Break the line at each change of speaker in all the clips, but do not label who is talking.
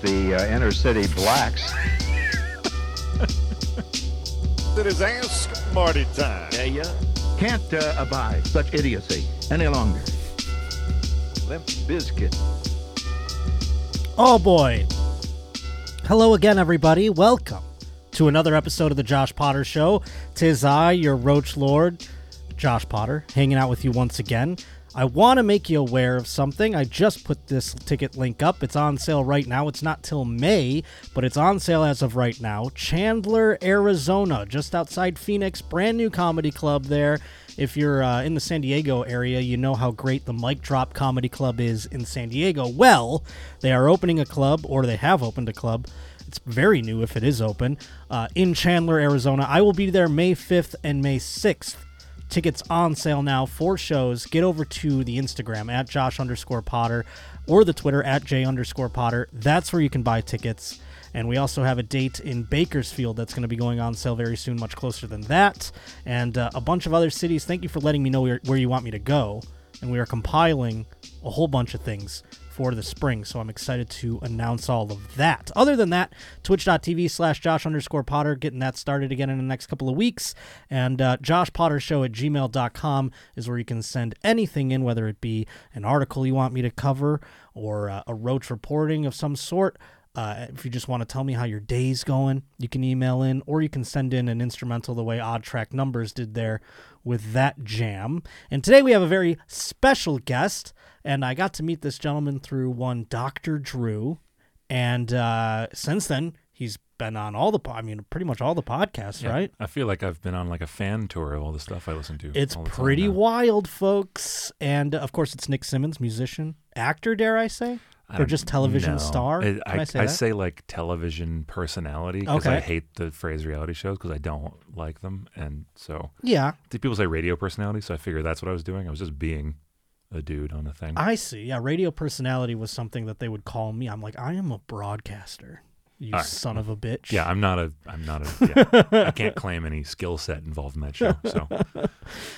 The uh, inner city blacks.
It is Ask Marty time.
yeah.
Can't uh, abide such idiocy any longer.
Limp Bizkit.
Oh boy. Hello again, everybody. Welcome to another episode of the Josh Potter Show. Tis I, your Roach Lord, Josh Potter, hanging out with you once again. I want to make you aware of something. I just put this ticket link up. It's on sale right now. It's not till May, but it's on sale as of right now. Chandler, Arizona, just outside Phoenix, brand new comedy club there. If you're uh, in the San Diego area, you know how great the Mic Drop Comedy Club is in San Diego. Well, they are opening a club, or they have opened a club. It's very new if it is open uh, in Chandler, Arizona. I will be there May 5th and May 6th. Tickets on sale now for shows. Get over to the Instagram at Josh underscore Potter or the Twitter at J underscore Potter. That's where you can buy tickets. And we also have a date in Bakersfield that's going to be going on sale very soon, much closer than that. And uh, a bunch of other cities. Thank you for letting me know where, where you want me to go. And we are compiling a whole bunch of things for the spring. So I'm excited to announce all of that. Other than that, twitch.tv slash Josh underscore Potter, getting that started again in the next couple of weeks. And uh, joshpottershow at gmail.com is where you can send anything in, whether it be an article you want me to cover or uh, a roach reporting of some sort. Uh, if you just want to tell me how your day's going, you can email in or you can send in an instrumental the way Odd Track Numbers did there with that jam. And today we have a very special guest, and I got to meet this gentleman through one Dr. Drew. And uh, since then, he's been on all the, po- I mean, pretty much all the podcasts, right?
I feel like I've been on like a fan tour of all the stuff I listen to.
It's
all the time
pretty
now.
wild, folks. And uh, of course, it's Nick Simmons, musician, actor, dare I say?
I
or
don't
just television
know.
star?
I,
Can I, say that?
like television personality because I
Okay.
hate the phrase reality shows because I don't like them, and so
yeah.
the people say radio personality. So I figure that's what I was doing. I was just being a dude on a thing.
I see. Yeah, radio personality was something that they would call me. I'm like, I am a broadcaster. You
All right.
son of a bitch.
yeah, I'm not a. I'm not a. Yeah, I can't claim any skill set involved in that show. So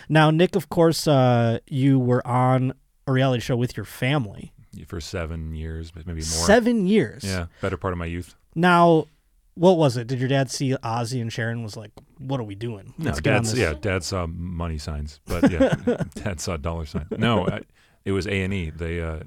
Now, Nick, of course, uh, you were on a reality show with your family.
for seven years, maybe more.
Seven years.
Yeah, better part of my youth.
Now, what was it? Did your dad see Ozzy and Sharon was like, what are we doing?
No,
Let's get on
dad.
this."
Yeah, dad saw money signs, but yeah, dad saw dollar signs. No, I, it was A and E. They uh,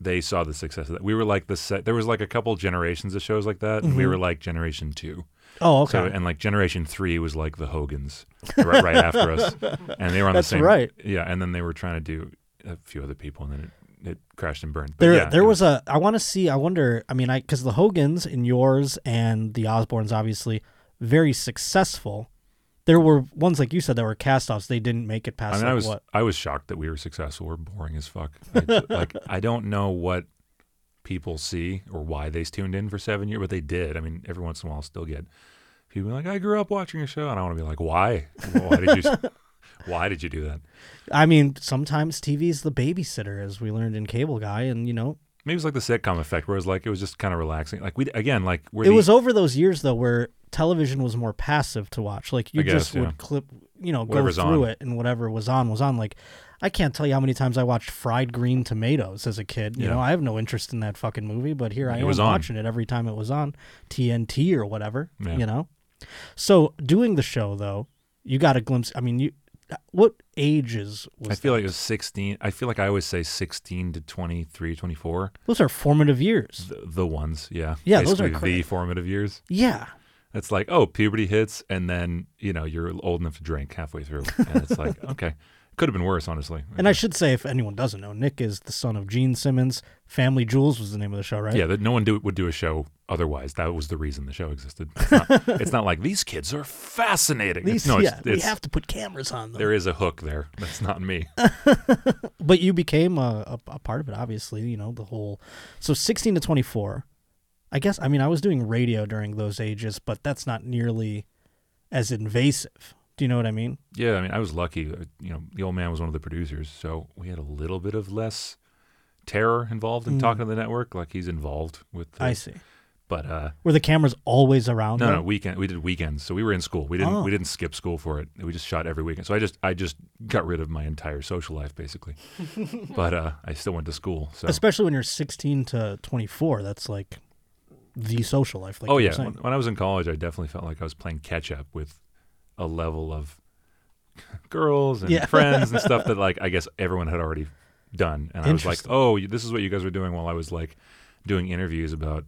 they saw the success of that. We were like the set. There was like a couple generations of shows like that, and we were like generation two.
Oh, Mm-hmm. okay.
So and like generation three was like the Hogans, right, right after us, and they were on
That's
the same.
right.
Yeah, and then they were trying to do a few other people, and then it, it crashed and burned. But
there,
yeah,
there
it
was a. I want to see. I wonder. I mean, I because the Hogans and yours and the Osbournes, obviously, very successful. There were ones like you said that were cast-offs. They didn't make it past.
I mean,
like,
I was
what?
I was shocked that we were successful. We're boring as fuck. I ju- like I don't know what people see or why they tuned in for seven years, but they did. I mean, every once in a while, I'll still get people like, "I grew up watching a show," and I want to be like, "Why? Why did you? s- why did you do that?"
I mean, sometimes TV's the babysitter, as we learned in Cable Guy, and you know,
Maybe it's like the sitcom effect, where it was like it was just kind of relaxing. Like we again, like we're
it
the-
was over those years though where television was more passive to watch. Like you
I
just
guess, yeah.
would clip, you know, go
Whatever's
through
on.
it, and whatever was on was on. Like I can't tell you how many times I watched Fried Green Tomatoes as a kid. You
Yeah.
know, I have no interest in that fucking movie, but here I
It
am
was on.
watching it every time it was on TNT or whatever.
Yeah.
You know, so doing the show though, you got a glimpse. I mean, you, what ages was?
I feel
that?
like it was 16. I feel like I always say 16 to 23, 24.
those are formative years.
The, the ones, yeah.
Yeah, those are
Basically the
correct.
formative years.
Yeah.
It's like, oh, puberty hits, and then you know you're old enough to drink halfway through, and it's like, okay, could have been worse, honestly.
And I should say, if anyone doesn't know, Nick is the son of Gene Simmons. Family Jewels was the name of the show, right?
yeah, that no one do, would do a show otherwise. That was the reason the show existed. It's not, it's not like these kids are fascinating.
These,
It's- no, it's,
yeah, we
it's-
have to put cameras on them.
there is a hook there. That's not me.
but you became a, a, a part of it, obviously. You know the whole. So sixteen to twenty four, I guess. I mean, I was doing radio during those ages, but that's not nearly as invasive. Do you know what I mean?
Uh, yeah, I mean, I was lucky. You know, the old man was one of the producers, so we had a little bit of less terror involved in talking to the network. Like he's involved with. The,
Hmm. I see.
But uh,
Were the cameras always around?
no,
him?
no, weekend. We did weekends, so we were in school. We
Oh.
didn't. We didn't skip school for it. We just shot every weekend. So I just, I just got rid of my entire social life basically. but uh, I still went to school. So
Especially when you're 16 to 24, that's like the social life. Like
oh
you were
yeah,
saying.
when, when I was in college, I definitely felt like I was playing catch up with a level of girls and
Yeah.
friends and stuff that like I guess everyone had already done, and I was like,
Interesting.
oh, you- this is what you guys were doing while I was like doing interviews about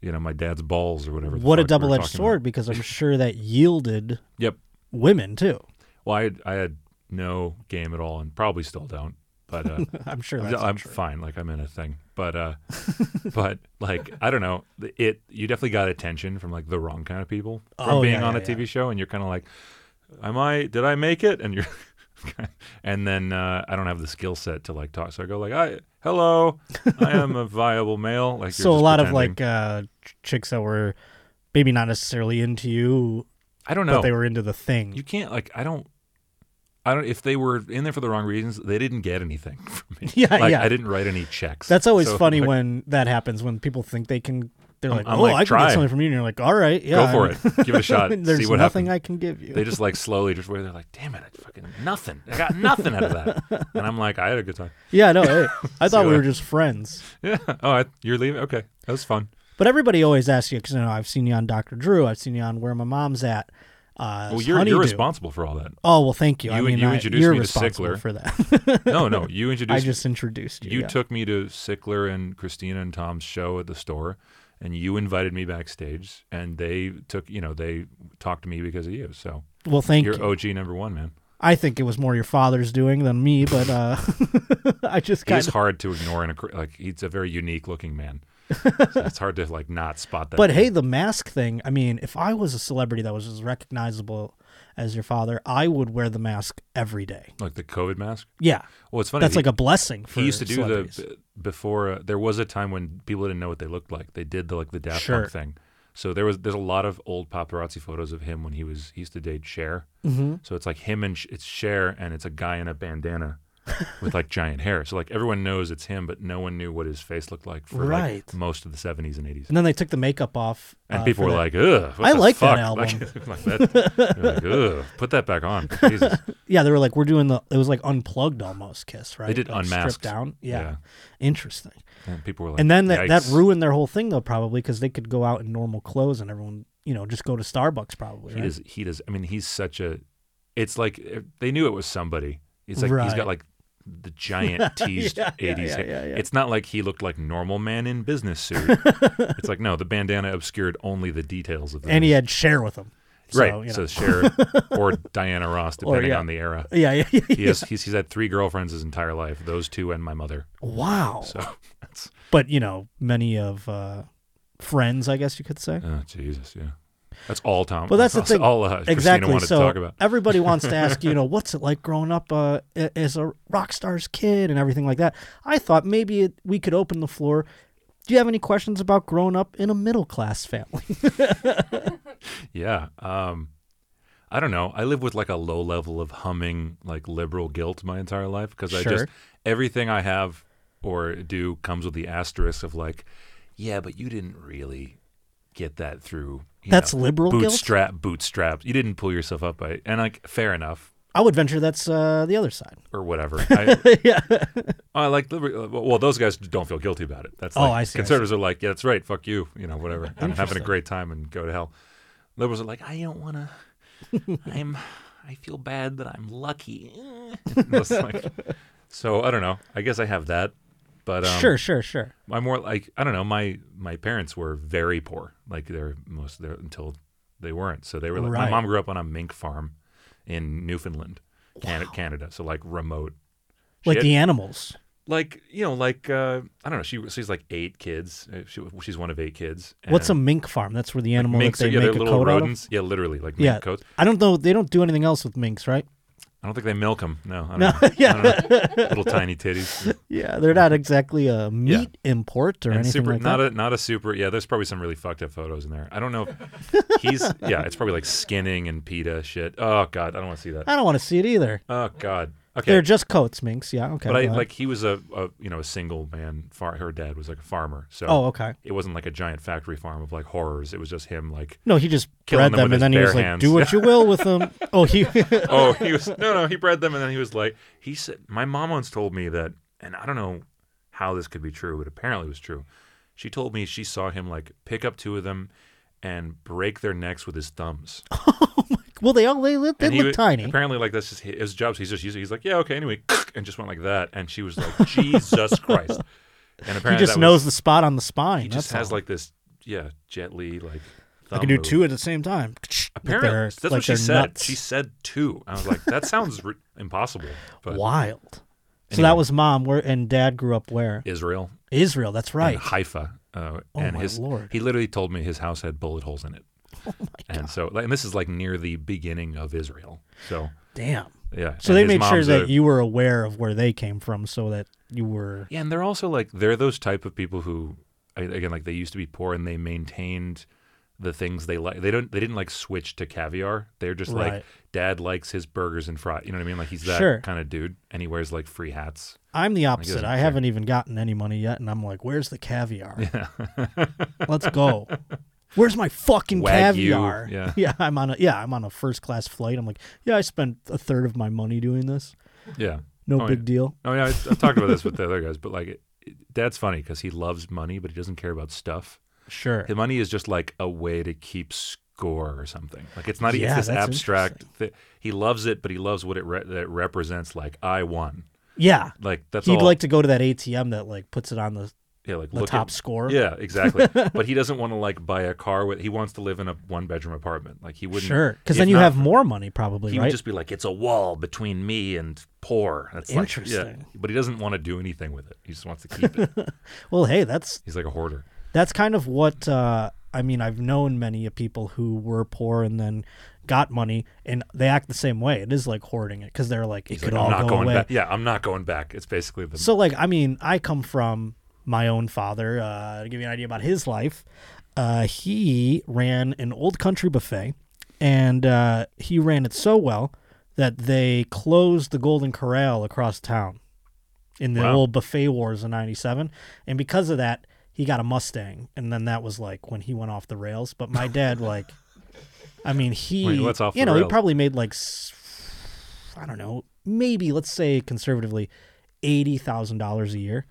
you know my dad's balls or whatever. the
What a
fuck we were
double-edged
talking
sword,
about.
because I'm sure that yielded
Yep.
women too.
Well, I had, I had no game at all, and probably still don't. But uh,
I'm sure
I'm-
that's
I'm
true.
fine. Like I'm in a thing, but uh, but like I don't know. the- It you definitely got attention from like the wrong kind of people from
Oh,
being
yeah,
on
yeah,
a TV show, and you're kind of like, am I? Did I make it? And you're, and then uh, I don't have the skill set to like talk, so I go like, I hello, I am a viable male. Like you're
So a
just
lot of
pretending.
like uh, ch- chicks that were maybe not necessarily into you,
I don't
but
know.
they were into the thing.
you can't like I don't. I don't. If they were in there for the wrong reasons, they didn't get anything from me.
Yeah,
like,
Uh, yeah.
I didn't write any checks.
that's always
So,
funny
like,
when that happens when people think they can. They're like,
I'm
"Oh,
like,
I can
"Try."
get something from you," and you're like, "All right, yeah,
Go
I
for
mean,
it. Give it a shot.
There's
See what
nothing
happens.
I can give you.
they just like slowly just where they're like, damn it, I fucking nothing. I got nothing out of that. And I'm like, I had a good time.
yeah, no, hey, I thought we
what
were just friends.
Yeah. Oh, I, you're leaving? Okay. That was fun.
But everybody always asks you because you know I've seen you on Doctor Drew, I've seen you on Where My Mom's At. Uh,
Well, you're,
Honeydew.
you're responsible for all that.
Oh well, thank you. I
You-
mean,
you
I-
introduced
you're
me to
responsible
Sickler.
for that.
No, no. You
I
introduced
just introduced you.
you
yeah.
took me to Sickler and Christina and Tom's show at the store and you invited me backstage and they took you know, they talked to me because of you. So
Well, thank
you're
you.
OG number one, man.
I think it was more your father's doing than me, but uh, I just
He
kind
is
of.
hard to ignore in a cr- like he's a very unique looking man. So it's hard to like not spot that.
But hey, the mask thing. I mean, if I was a celebrity that was as recognizable as your father, I would wear the mask every day.
like the COVID mask.
Yeah,
Well, it's funny.
that's
he-
like a blessing for.
he used to do
celebrities.
the b- before uh, there was a time when people didn't know what they looked like they did the like the daft
Sure.
punk thing so there was there's a lot of old paparazzi photos of him when he was he used to date Cher
Mm-hmm.
so it's like him and Sh- it's Cher and it's a guy in a bandana with like giant hair so like everyone knows it's him but no one knew what his face looked like for
Right.
like most of the 70s and 80s
and then they took the makeup off.
and
uh,
people
for
were
that.
like ugh what
I
the
like that
fuck?
album.
like, like that, they're like ugh put that back on Jesus
Yeah, they were like, we're doing the. It was like unplugged almost, Kiss, right?
did
like
Unmasked.
Stripped down. Yeah.
Yeah.
Interesting.
and people were like
And then that, that
"Yikes."
ruined their whole thing, though, probably, because they could go out in normal clothes and everyone, you know, just go to Starbucks, probably.
He
right?
does. He does. I mean, he's such a. It's like eh, they knew it was somebody. It's like he's
Right.
got like the giant teased
yeah,
80s
yeah,
hair.
yeah, yeah.
It's not like he looked like normal man in business suit. it's like no, the bandana obscured only the details of the
And he had share with him. So,
right.
you know.
So Cher or Diana Ross, depending
yeah.
on the era.
yeah, yeah, yeah.
He has, he's, he's had three girlfriends his entire life. Those two and my mother.
Wow.
So that's
But, you know, many of uh, friends, I guess you could say.
oh Jesus, yeah. That's all Tom.
Well, that's the thing.
All uh, Christina
exactly.
wanted
So
to talk about.
everybody wants to ask, you know, what's it like growing up uh, a- as a rock star's kid and everything like that. I thought maybe it, we could open the floor. Do you have any questions about growing up in a middle class family?
Yeah. Um, I don't know. I live with like a low level of humming, like liberal guilt my entire life because I just
Sure.
everything I have or do comes with the asterisk of like, yeah, but you didn't really get that through. You
That's liberal guilt?
bootstrap, guilt. Bootstrap, bootstrapped. You didn't pull yourself up by, and like, fair enough
I would venture that's uh, the other side.
or whatever. I, I like liber- well, those guys don't feel guilty about it. That's
Oh,
like,
I see, I
Conservatives are like, yeah, that's right, fuck you, you know, whatever. I'm having a great time and go to hell. Liberals are like, I don't want to. I'm. I feel bad that I'm lucky. It's like- so I don't know. I guess I have that, but um,
sure, sure, sure.
I'm more like I don't know. My my parents were very poor. Like they're most there until they weren't. So they were like
Right.
my mom grew up on a mink farm in Newfoundland, Canada, Canada. So like remote.
Like
shit.
the animals.
like you know like uh, I don't know. She she's like eight kids. Uh, She, she's one of eight kids.
What's a
and
mink farm? That's where the animal
minks?
that
Are,
they
yeah, they're
make a
little
coat
rodents. Yeah, literally like
out of. Yeah,
mink coats.
I don't know. They don't do anything else with minks, right?
I don't think they milk them. No, I don't
No,
know.
yeah.
I don't know. little tiny titties.
Yeah, they're not exactly a meat import or
and
anything
super
like
not
that.
a not a super yeah there's probably some really fucked up photos in there i don't know if he's yeah it's probably like skinning and peta shit oh god i don't want to see that
I don't want to see it either.
oh god Okay.
Uh, They're just coats, minks. Yeah. Okay.
but I
well,
like he was a, a you know a single man. Far, her dad was like a farmer, so
Oh, okay.
it wasn't like a giant factory farm of like horrors. It was just him like
No, he just
Killing
bred
them
them,
with
and
his
then he
bare
was like,
hands.
"Do what you will with them." Oh, he.
oh, he was no, no. He bred them, and then he was like, he said, my mom once told me that, and I don't know how this could be true, but apparently it was true. She told me she saw him like pick up two of them and break their necks with his thumbs.
well, they all they, Oh, they look
and he wa-
tiny.
Apparently, like that's just hi- his job. So he's just used. to- He's like, yeah, okay, anyway, and just went like that, and she was like, Jesus Christ. And apparently,
He just
that
knows
was-
the spot on the spine.
He just
that's
has
all.
like this, yeah, Jet Li like.
I
thumb
can do
move.
two at the same time. But
Apparently,
they're,
that's what
like,
she
they're
said.
nuts.
She said two. I was like, that sounds re- impossible. But
wild. So
Anyway.
that was mom. Where and dad grew up where
Israel,
Israel. That's
and
right.
Haifa, uh,
Oh,
and
my
his
Lord. Oh,
he literally told me his house had bullet holes in it. and so, like, and this is like near the beginning of Israel. So,
Damn.
yeah.
So
and
they
his
made sure
mom's
that
a-
you were aware of where they came from, so that you were.
Yeah, and they're also like they're those type of people who, a- again, like they used to be poor and they maintained the things they like. They don't. They didn't like switch to caviar. They're just like
Right.
dad likes his burgers and fries. You know what I mean? Like he's that
Sure.
kind of dude, and he wears like free hats.
I'm the
guess
opposite.
I'm
I
fair.
haven't even gotten any money yet, and I'm like, "Where's the caviar? Let's go. Where's my fucking
Wagyu,
caviar?
yeah.
I'm on a yeah, I'm on a first class flight. I'm like, yeah, I spent a third of my money doing this.
Yeah.
No
Oh,
big
yeah.
deal.
Oh yeah, I, I've talked about this with the other guys, but like, it, it- Dad's funny because he loves money, but he doesn't care about stuff.
Sure.
His money is just like a way to keep score or something. Like it's not
Yeah,
it's this
that's
abstract. Thi- he loves it, but he loves what it re- that it represents. Like I won.
Yeah.
Like that's
He'd
all.
like to go to that ATM that like puts it on the
yeah, like
the
look
top
at-
score.
Yeah, exactly. but he doesn't want to like buy a car with. He wants to live in a one bedroom apartment. Like he wouldn't.
Sure. Because
if
then you
not
have
for-
more money probably,
He
right?
would just be like, it's a wall between me and poor. That's like- yeah.
Interesting.
But he doesn't want to do anything with it. He just wants to keep it.
Well, hey, that's
He's like a hoarder.
that's kind of what uh, I mean. I've known many of people who were poor and then got money, and they act the same way. It is like hoarding it because they're like, it
He's
could
like,
all
I'm not
go
going
away.
back. Yeah, I'm not going back. It's basically the
So, like, I mean, I come from my own father. Uh, to give you an idea about his life, uh, he ran an old country buffet, and uh, he ran it so well that they closed the Golden Corral across town in the
Wow.
old buffet wars in '97, and because of that, he got a Mustang, and then that was like when he went off the rails. But my dad, like, I mean, he,
Wait, what's off
you
the
know, he
rails?
probably made like s- I don't know, maybe let's say conservatively, eighty thousand dollars a year,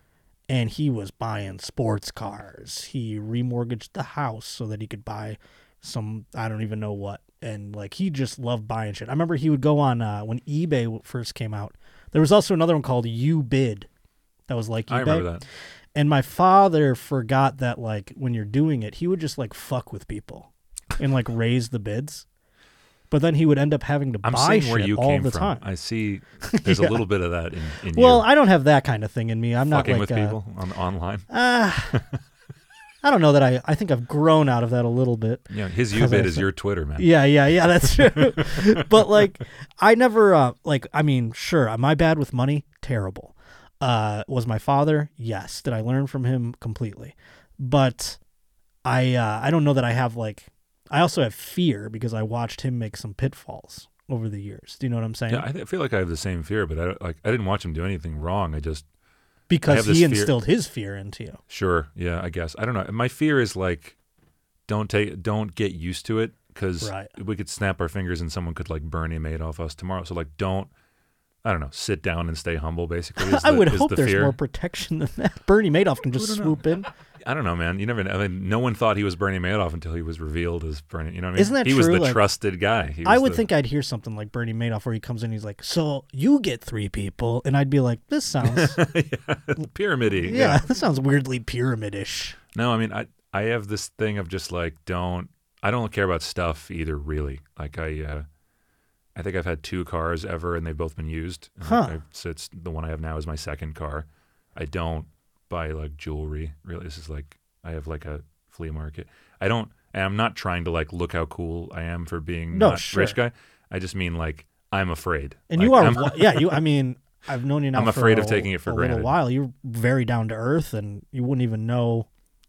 and he was buying sports cars. He remortgaged the house so that he could buy some I don't even know what, and like he just loved buying shit. I remember he would go on uh, when eBay w- first came out. There was also another one called You Bid, that was like eBay.
I remember that.
And my father forgot that like when you're doing it, he would just like fuck with people and like raise the bids. But then he would end up having to
I'm
buy
seeing where
shit
you
all
came
the
from.
time.
I see. There's a little bit of that in, in
well,
you.
I don't have that kind of thing in me. I'm
fucking
not like
with
uh, Ah,
people on online.
I don't know that I I think I've grown out of that a little bit.
You know, his
'cause I
U-bit is
said-
your Twitter, man.
Yeah, yeah, yeah, that's true. but like I never uh like I mean, sure, am I bad with money? Terrible. Uh was my father? Yes. Did I learn from him completely? But I uh I don't know that I have like I also have fear because I watched him make some pitfalls over the years. Do you know what I'm saying?
Yeah, I th- feel like I have the same fear, but I don't, like I didn't watch him do anything wrong. I just
because
this
he
fear-
instilled his fear into you.
sure, yeah, I guess I don't know. My fear is like, don't take, don't get used to it because
Right.
we could snap our fingers and someone could like Bernie made off us tomorrow. So like, don't, I don't know, sit down and stay humble. Basically, is
I
the-
would
is
hope
the
there's
fear.
more protection than that. Bernie Madoff can just
Who don't know?
swoop in.
I don't know, man. You never. know. I mean, no one thought he was Bernie Madoff until he was revealed as Bernie. You know what I mean?
Isn't that
he was
true?
the
Like,
trusted guy. He
I
was
would
the-
think I'd hear something like Bernie Madoff where he comes in he's like, So you get three people and I'd be like, This sounds yeah,
pyramidy.
this sounds weirdly pyramidish.
No, I mean, I I have this thing of just like don't. I don't care about stuff either, really. Like I, uh, I think I've had two cars ever, and they've both been used. And, like,
Huh.
I- so it's the one I have now is my second car. I don't buy like jewelry. Really, this is like I have like a flea market. I don't, and I'm not trying to like look how cool I am for being
No,
not
sure.
rich guy. I just mean like I'm afraid.
And
Like,
you are
I'm-
wa- yeah, you I mean, I've known you now.
I'm
for
afraid
a-
of taking it for
a
granted.
little while. You're very down to earth and you wouldn't even know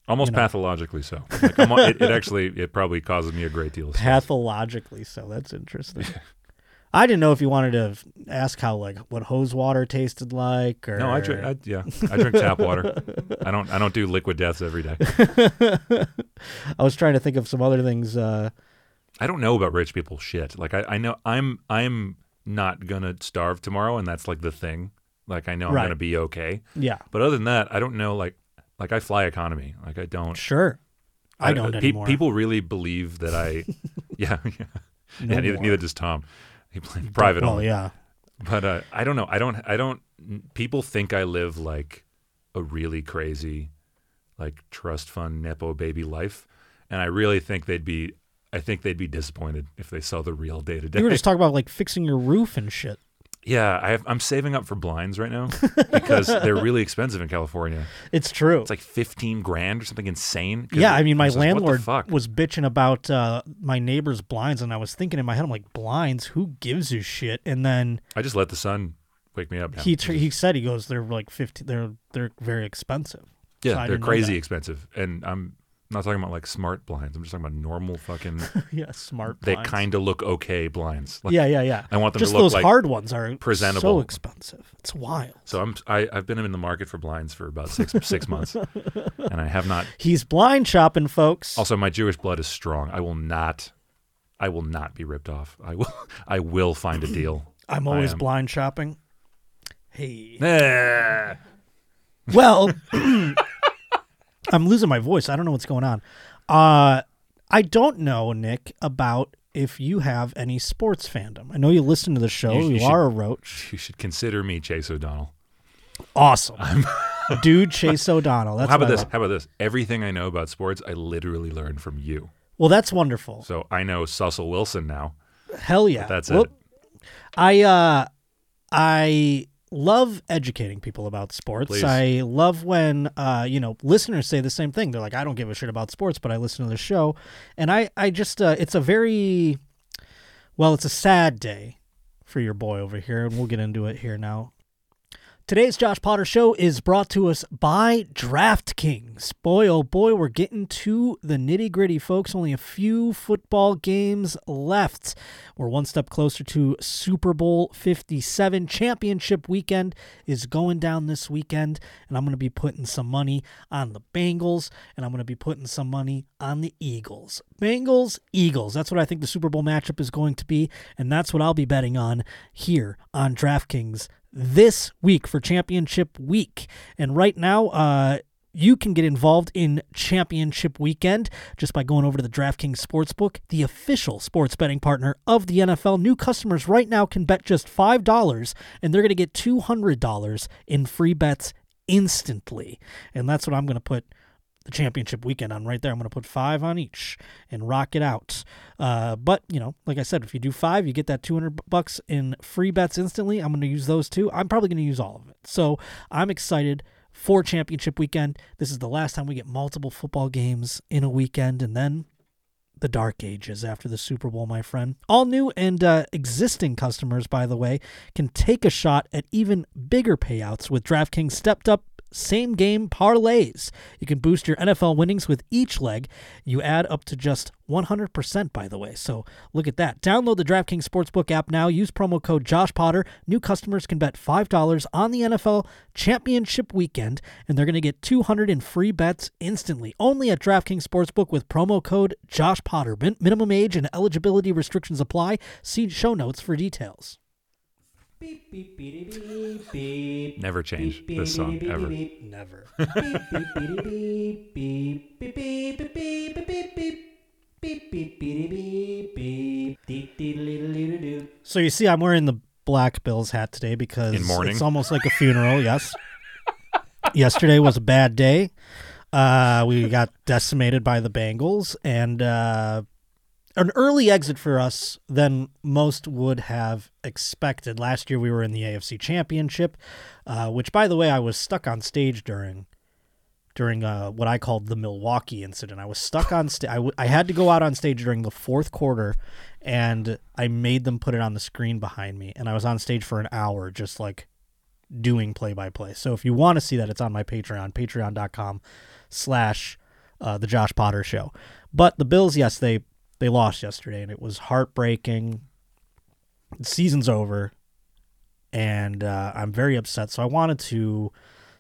almost
you know.
pathologically so. Like, I'm, it, it actually it probably causes me a great deal. of stress.
pathologically, so that's interesting. I didn't know if you wanted to ask how like what hose water tasted like or
No, I drink. I, yeah, I drink tap water. I don't. I don't do liquid deaths every day.
I was trying to think of some other things. Uh,
I don't know about rich people shit. Like I, I know I'm. I'm not gonna starve tomorrow, and that's like the thing. Like I know I'm
Right.
gonna be okay.
yeah,
But other than that, I don't know. Like, like I fly economy. Like I don't.
sure. I don't
pe-
anymore.
People really believe that I. yeah, yeah.
No
yeah neither,
more.
neither does Tom. He played private
Well,
only.
yeah.
But uh, I don't know. I don't. I don't. n- People think I live like a really crazy, like trust fund nepo baby life, and I really think they'd be. I think they'd be disappointed if they saw the real day to
You were
day.
just talking about like fixing your roof and shit.
Yeah, I have, I'm saving up for blinds right now because they're really expensive in California.
It's true.
It's like 15 grand or something insane. 'cause
yeah, I mean,
I'm
my
just like, what the
landlord
fuck?
was bitching about uh, my neighbor's blinds, and I was thinking in my head, I'm like, blinds? Who gives a shit? And then
I just let the sun wake me up. Now.
he tr- he said he goes, they're like fifty, they're they're very expensive.
yeah,
so I
they're
didn't know
crazy
that.
expensive, and I'm not talking about like smart blinds. I'm just talking about normal fucking.
yeah, smart.
they
blinds.
kind of look okay blinds. Like,
yeah, yeah, yeah.
I want them to
just
look
those
like
hard ones are so
presentable.
expensive. It's wild.
So I'm I, I've been in the market for blinds for about six six months, and I have not.
He's blind shopping, folks.
Also, my Jewish blood is strong. I will not. I will not be ripped off. I will. I will find a deal.
I'm
I
always
am.
blind shopping. Hey.
Eh.
Well, I'm losing my voice. I don't know what's going on. Uh, I don't know, Nick, about if you have any sports fandom. I know you listen to the show.
You-
You,
you
are
should-
a roach.
You should consider me Chase O'Donnell.
Awesome. Dude, Chase O'Donnell. That's
How about
what I
this?
love.
How about this? Everything I know about sports, I literally learned from you.
Well, that's wonderful.
So I know Cecil Wilson now.
Hell yeah.
That's
Whoop.
it.
I uh I love educating people about sports.
Please.
I love when uh you know listeners say the same thing. They're like I don't give a shit about sports, but I listen to the show. And I I just uh it's a very well, it's a sad day for your boy over here and we'll get into it here now. Today's Josh Potter show is brought to us by DraftKings. Boy, oh boy, we're getting to the nitty gritty, folks. Only a few football games left. We're one step closer to Super Bowl 57. Championship weekend is going down this weekend, and I'm going to be putting some money on the Bengals, and I'm going to be putting some money on the Eagles. Bengals, Eagles. That's what I think the Super Bowl matchup is going to be, and that's what I'll be betting on here on DraftKings this week for championship week. And right now, uh, you can get involved in championship weekend just by going over to the DraftKings Sportsbook, the official sports betting partner of the NFL. New customers right now can bet just $5 and they're going to get $200 in free bets instantly. And that's what I'm going to put the championship weekend on right there. I'm going to put five on each and rock it out. Uh, but you know, like I said, if you do five, you get that 200 bu- bucks in free bets instantly. I'm going to use those two. I'm probably going to use all of it. So I'm excited for championship weekend. This is the last time we get multiple football games in a weekend, and then the dark ages after the Super Bowl, my friend. All new and uh, existing customers, by the way, can take a shot at even bigger payouts with DraftKings stepped up same game parlays. You can boost your NFL winnings with each leg. You add up to just 100%, by the way. So look at that. Download the DraftKings Sportsbook app now. Use promo code Josh Potter. New customers can bet $5 on the NFL championship weekend, and they're going to get 200 in free bets instantly. Only at DraftKings Sportsbook with promo code Josh Potter. Min- minimum age and eligibility restrictions apply. See show notes for details.
Never change this song ever.
Never. So you see, I'm wearing the black Bills hat today because
In mourning?
it's almost like a funeral. Yes. Yesterday was a bad day. Uh, we got decimated by the Bengals, and uh, an early exit for us than most would have expected. Last year, we were in the AFC Championship, uh, which, by the way, I was stuck on stage during during uh, what I called the Milwaukee incident. I was stuck on stage. I, w- I had to go out on stage during the fourth quarter, and I made them put it on the screen behind me, and I was on stage for an hour, just like doing play by play. So if you want to see that, it's on my Patreon, patreon.com slash uh, the Josh Potter show. But the Bills, yes, they they lost yesterday and it was heartbreaking. the season's over and uh, I'm very upset. So I wanted to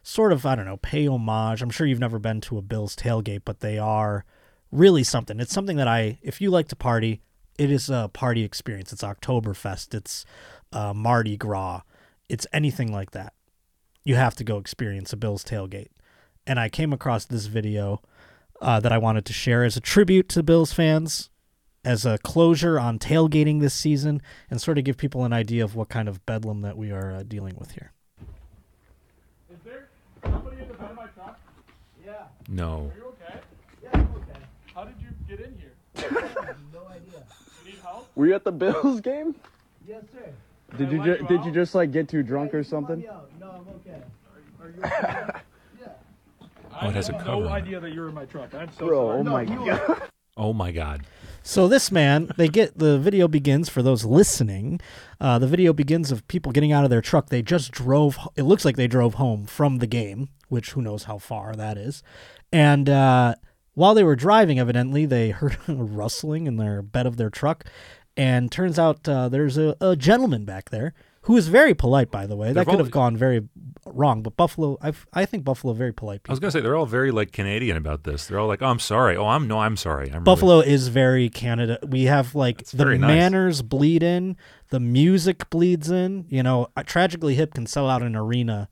sort of, I don't know, pay homage. I'm sure you've never been to a Bills tailgate, but they are really something. It's something that I, if you like to party, it is a party experience. It's Oktoberfest, it's uh, Mardi Gras, it's anything like that. You have to go experience a Bills tailgate. And I came across this video uh, that I wanted to share as a tribute to Bills fans as a closure on tailgating this season and sort of give people an idea of what kind of bedlam that we are uh, dealing with here.
Somebody in the bed of my truck? Yeah.
No.
You okay? Yeah, I'm okay. How did you get in here? no idea. You need help?
Were you at the Bills game?
Yes, sir.
Did you
let
ju-
you
did
out?
you just like get too drunk or something?
No, I'm okay.
Oh, it has a cover.
No
on it.
idea that you were in my truck. I'm so
Bro,
sorry.
oh my god.
Oh my god.
So this man, they get the video begins for those listening. Uh, the video begins of people getting out of their truck. They just drove. It looks like they drove home from the game, which who knows how far that is. And uh, while they were driving, evidently they heard a rustling in their bed of their truck. And turns out uh, there's a, a gentleman back there who is very polite, by the way. that
They've
could
all-
have gone very wrong, but Buffalo, i I think Buffalo are very polite
I
people.
was gonna say they're all very like Canadian about this. They're all like, "Oh, I'm sorry. Oh, I'm no, I'm sorry. I'm really-
Buffalo is very Canada. We have like the
very nice.
manners bleed in, the music bleeds in. You know, uh, tragically hip can sell out an arena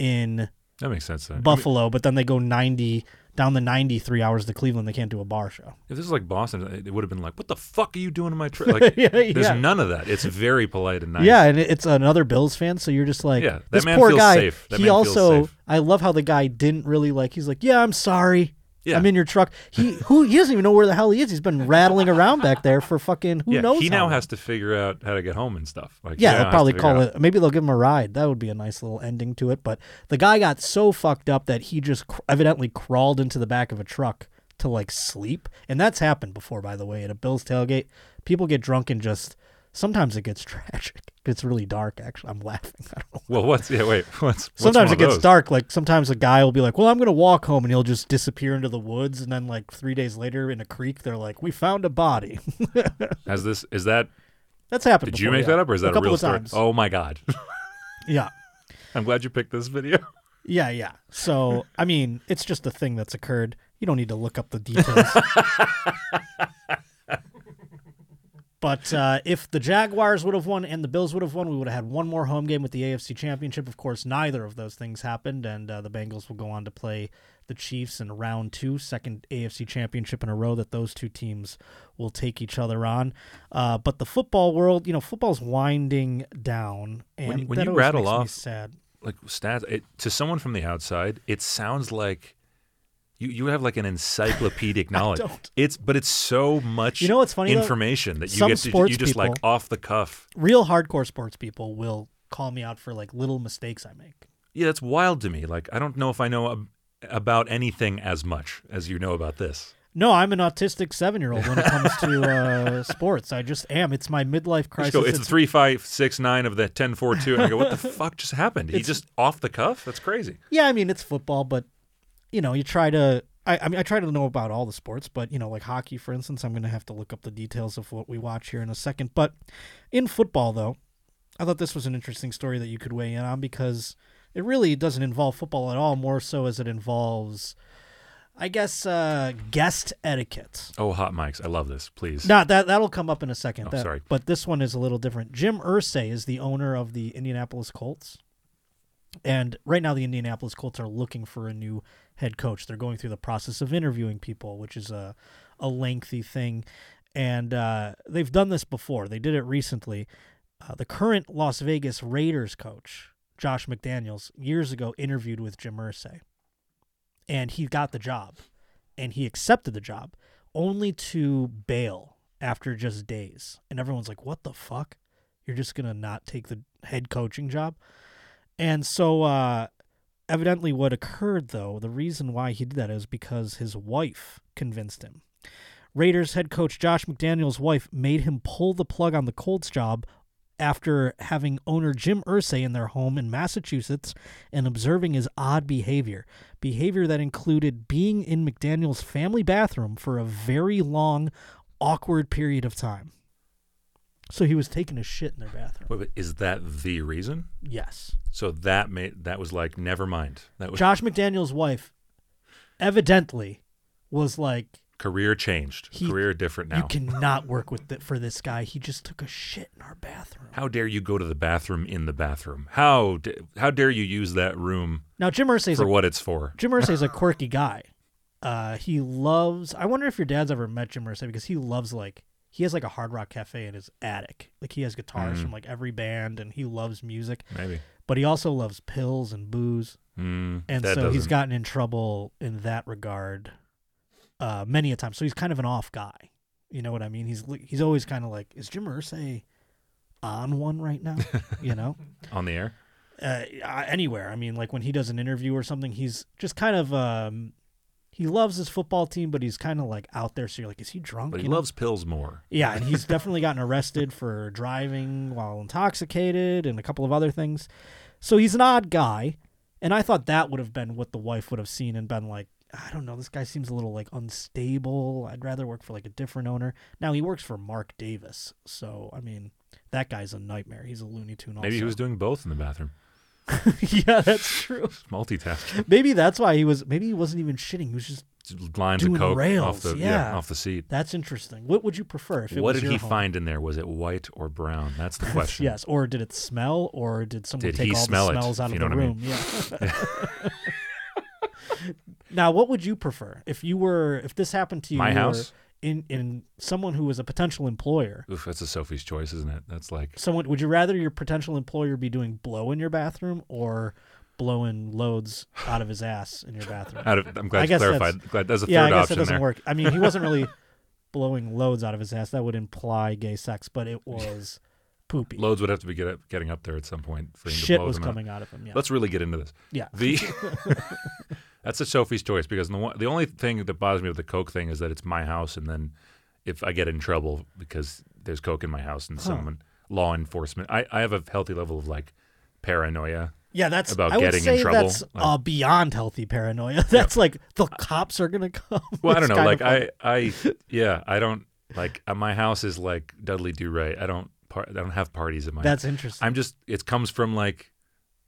in
That makes sense. Then. I mean,
Buffalo, but then they go ninety down the ninety three hours to Cleveland. They can't do a bar show.
if this is like Boston, it- it would have been like, "What the fuck are you doing in my truck?" Like,
Yeah,
there's
yeah.
none of that. It's very polite and nice.
Yeah, and it- it's another Bills fan, so you're just like
Yeah, that
this
man
poor
feels
guy.
safe. That
he
man feels
also,
safe.
I love how the guy didn't really like. He's like, yeah, I'm sorry.
Yeah.
I'm in your truck. He who he doesn't even know where the hell he is. He's been rattling around back there for fucking who
Yeah,
knows.
He
how
now
long.
has to figure out how to get home and stuff. Like,
Yeah,
he now
they'll
has
probably
to figure
call
out-
it. Maybe they'll give him a ride. That would be a nice little ending to it. But the guy got so fucked up that he just cr- evidently crawled into the back of a truck to like sleep. And that's happened before, by the way, at a Bills tailgate. People get drunk and just sometimes it gets tragic. It's really dark. Actually, I'm laughing. I don't know.
Well, what's yeah? Wait, what's what's
Sometimes
one
it
of
gets
those?
dark. Like sometimes a guy will be like, "Well, I'm gonna walk home," and he'll just disappear into the woods. And then like three days later, in a creek, they're like, "We found a body."
Has this is that?
that's happened.
Did you
before,
make
yeah.
that up, or is that a,
couple
real
of
story?
times.
Oh my god!
Yeah.
I'm glad you picked this video.
Yeah, yeah. So, I mean, it's just a thing that's occurred. You don't need to look up the details. but uh, if the Jaguars would have won and the Bills would have won, we would have had one more home game with the AFC Championship. Of course, neither of those things happened, and uh, the Bengals will go on to play the Chiefs in round two, second AFC Championship in a row that those two teams will take each other on. Uh, but the football world, you know, football's winding down, and
When- when
that
you
always
rattle
makes me
off
sad.
like stats it, to someone from the outside it sounds like you, you have like an encyclopedic knowledge
don't.
it's but it's so much
You know what's funny, though?
information that you
Some
get to,
sports
you just like
people-
off the cuff
real hardcore sports people will call me out for like little mistakes I make.
yeah that's wild to me like i don't know if i know ab- about anything as much as you know about this
No, I'm an autistic seven year old when it comes to uh, sports. I just am. It's my midlife
Just
crisis.
go, it's three five six nine of the ten four two and i go what the fuck just happened he just off the cuff that's crazy
yeah, I mean it's football, but you know you try to. I, I mean I try to know about all the sports, but you know like hockey, for instance, I'm gonna have to look up the details of what we watch here in a second. But in football, though, I thought this was an interesting story that you could weigh in on because it really doesn't involve football at all. More so as it involves, I guess, uh, guest etiquette.
oh hot mics i love this please
No, that that'll come up in a second.
Oh,
That-
sorry.
but this one is a little different. Jim Ursay is the owner of the Indianapolis Colts, and right now the Indianapolis Colts are looking for a new head coach. They're going through the process of interviewing people, which is a a lengthy thing, and uh, they've done this before. They did it recently. Uh, the current Las Vegas Raiders coach, Josh McDaniels, years ago interviewed with Jim Irsay, and he got the job, and he accepted the job, only to bail after just days. And everyone's like, "What the fuck? You're just gonna not take the head coaching job?" And so, uh, evidently, what occurred though, the reason why he did that is because his wife convinced him. Raiders head coach Josh McDaniel's wife made him pull the plug on the Colts job after having owner Jim Ursay in their home in Massachusetts and observing his odd behavior. Behavior that included being in McDaniel's family bathroom for a very long, awkward period of time. So he was taking a shit in their bathroom.
Wait, but is that the reason?
Yes.
So that made that was like never mind. That was
Josh McDaniel's wife evidently was like,
career changed.
He-
career different now.
you cannot work with th- for this guy. He just took a shit in our bathroom.
how dare you go to the bathroom in the bathroom? How da- how dare you use that room
Now Jim Irsay's
for
a,
what it's for?
Jim Irsay's a quirky guy. Uh, he loves. I wonder if your dad's ever met Jim Irsay because he loves like he has like a Hard Rock Cafe in his attic. Like he has guitars
Mm-hmm.
from like every band and he loves music,
Maybe.
but he also loves pills and booze.
Mm,
and
that
so he's
doesn't-
gotten in trouble in that regard uh, many a time. So he's kind of an off guy. You know what I mean? He's li- he's always kind of like, is Jim Irsay on one right now? you know,
on the air.
uh, uh, anywhere. I mean, like when he does an interview or something, he's just kind of um, he loves his football team, but he's kind of like out there. So you're like, is he drunk?
But he
You know?
loves pills more.
Yeah, and he's definitely gotten arrested for driving while intoxicated and a couple of other things. So he's an odd guy, and I thought that would have been what the wife would have seen and been like, I don't know, this guy seems a little like unstable. I'd rather work for like a different owner. Now he works for Mark Davis, so I mean, that guy's a nightmare. He's a Looney Tune. Also.
Maybe he was doing both in the bathroom.
yeah, that's true.
Multitasking.
Maybe that's why he was. Maybe he wasn't even shitting. He was just.
Just Lines
Doing
of coke
rails,
off the
yeah.
off the seat.
That's interesting. What would you prefer if it
What
was
did
your
he
home?
find in there? Was it white or brown? That's the question.
Yes, or did it smell, or did someone
Did
take
he
all
smell
the
it,
smells out
if
of
you
the
know what I
room?
mean.
Yeah. now, what would you prefer if you were if this happened to you?
My
you were
house?
in in someone who was a potential employer.
Oof, that's a Sophie's choice, isn't it? That's like
Someone would you rather your potential employer be doing blow in your bathroom or blowing loads out of his ass in your bathroom?
out of. I'm
I
glad you
guess that's-
clarified. Glad that's a
yeah, I
third
guess
option
it doesn't
there.
work. I mean, he wasn't really blowing loads out of his ass. That would imply gay sex, but it was poopy.
Loads would have to be get up, getting up there at some point for him to
Shit
blow
was
them out.
coming out of him. Yeah.
Let's really get into this.
yeah.
The that's a Sophie's choice because the one, the only thing that bothers me with the Coke thing is that it's my house, and then if I get in trouble because there's Coke in my house and someone law enforcement, I, I have a healthy level of like paranoia.
Yeah, that's
about
I would
getting in
say
trouble.
That's
Like-
uh, beyond healthy paranoia. That's like the cops are gonna come.
Well, I
It's
don't know.
kind
Like
of funny.
I I yeah, I don't like uh, my house is like Dudley Do Right. I don't par- I don't have parties in my.
that's interesting.
I'm just it comes from like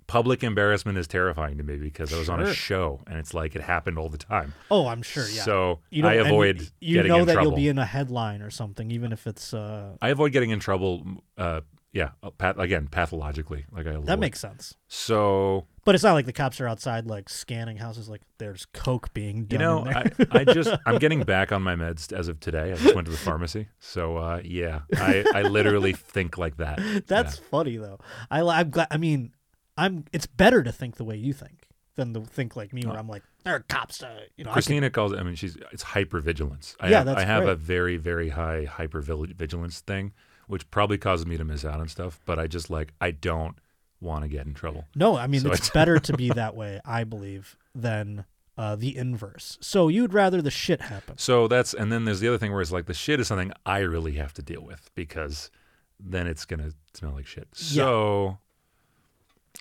public embarrassment is terrifying to me because I was on a
Sure.
show and it's like it happened all the time.
oh, I'm sure. Yeah.
So
you
I
don't- and
avoid
You
getting
know
in
that
trouble.
you'll be in a headline or something, even if it's. uh
I avoid getting in trouble. m- Uh, yeah, uh, path, again, pathologically. Like I
That
avoid-
makes sense.
so
But it's not like the cops are outside, like scanning houses. Like there's coke being
you
done.
know
in there.
I, I just I'm getting back on my meds as of today. I just went to the pharmacy. So uh, yeah, I, I literally think like that.
that's funny though. I, li- I'm glad. I mean, I'm. It's better to think the way you think than to think like me, where I'm like there are cops. To, you know, I could-
Christina calls it. I mean, she's it's hypervigilance. I
Yeah,
have,
that's
I have
great.
a very very high hypervigilance thing, which probably causes me to miss out on stuff. But I just like I don't want to get in trouble.
No, I mean
So
it's
I-
better to be that way, I believe, than uh, the inverse. So you'd rather the shit happen.
So that's and then there's the other thing where it's like the shit is something I really have to deal with because then it's gonna smell like shit.
Yeah.
So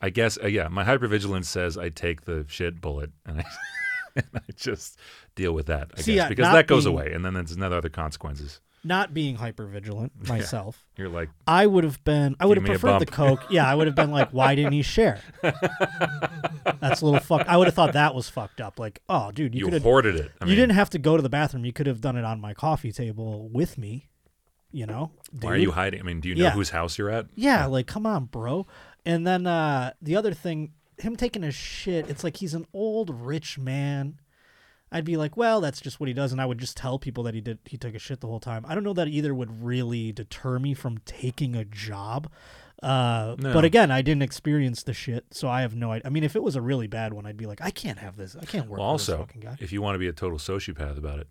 I guess uh, yeah, my hypervigilance says I take the shit bullet and I, and I just deal with that. I
See,
guess
uh,
because
not
that goes
being-
away and then there's another other consequences.
Not being hypervigilant myself,
You're like
I would have been. I would
Give
have
me a
preferred the coke. Yeah, I would have been like, why didn't he share? That's a little fuck. I would have thought that was fucked up. Like, oh, dude, you,
you,
could have.
hoarded it. I
you
mean,
didn't have to go to the bathroom. You could have done it on my coffee table with me. You know.
Why are
dude.
you hiding? I mean, do you know
Yeah.
whose house you're at?
Yeah, like come on, bro. And then uh the other thing, him taking a shit, it's like he's an old rich man. I'd be like, well, that's just what he does, and I would just tell people that he did he took a shit the whole time. I don't know that either would really deter me from taking a job. Uh,
No.
But again, I didn't experience the shit, so I have no idea. I mean, if it was a really bad one, I'd be like, I can't have this. I can't work
Well,
for this
also,
fucking guy.
if you want to be a total sociopath about it,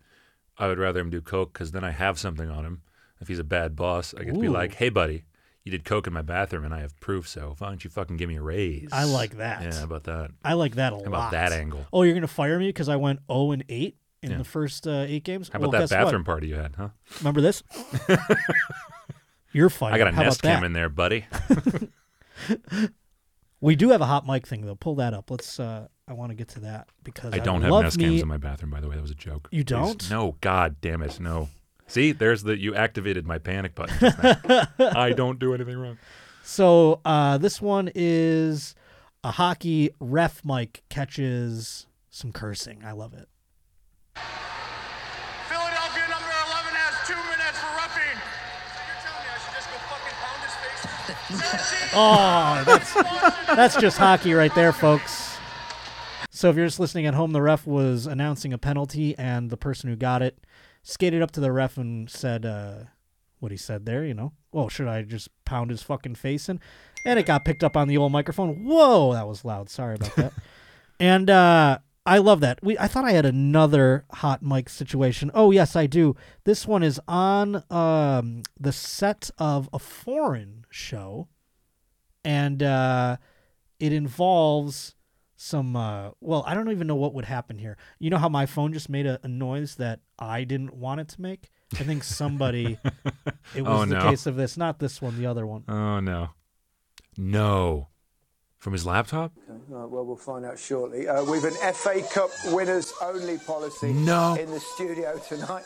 I would rather him do coke because then I have something on him. If he's a bad boss, I get to be
Ooh.
like, "Hey, buddy, you did coke in my bathroom, and I have proof. So why don't you fucking give me a raise?"
I like that.
Yeah, how about that.
I like that a
How
lot.
about that angle?
Oh, you're gonna fire me because I went zero and eight in
Yeah.
the first uh, eight games.
How about
well,
that
guess what?
bathroom party you had, huh?
Remember this? You're fired.
I got a
How
nest
about that?
cam in there, buddy.
We do have a hot mic thing though. Pull that up. Let's. uh I want to get to that because
I don't have
love
nest
me.
cams in my bathroom, by the way. That was a joke.
You
Please.
don't?
No, god damn it, no. See, there's the you activated my panic button. just now. I don't do anything wrong.
So uh, this one is a hockey ref mic catches some cursing. I love it.
Philadelphia number 11 has two minutes for roughing. So you're telling me I should just go fucking pound his face?
Oh, that's that's just hockey right there, folks. So if you're just listening at home, the ref was announcing a penalty, and the person who got it skated up to the ref and said uh, what he said there. You know, well, should I just pound his fucking face in? And it got picked up on the old microphone. Whoa, that was loud. Sorry about that. and uh, I love that. We I thought I had another hot mic situation. Oh yes, I do. This one is on um, the set of a foreign show and uh, it involves some. Uh, well, I don't even know what would happen here. You know how my phone just made a, a noise that I didn't want it to make. I think somebody. it was
Oh,
the
no.
case of this, not this one, the other one.
Oh no, no, from his laptop.
Uh, well, we'll find out shortly. Uh, we've an FA Cup winners only policy
No.
in the studio tonight.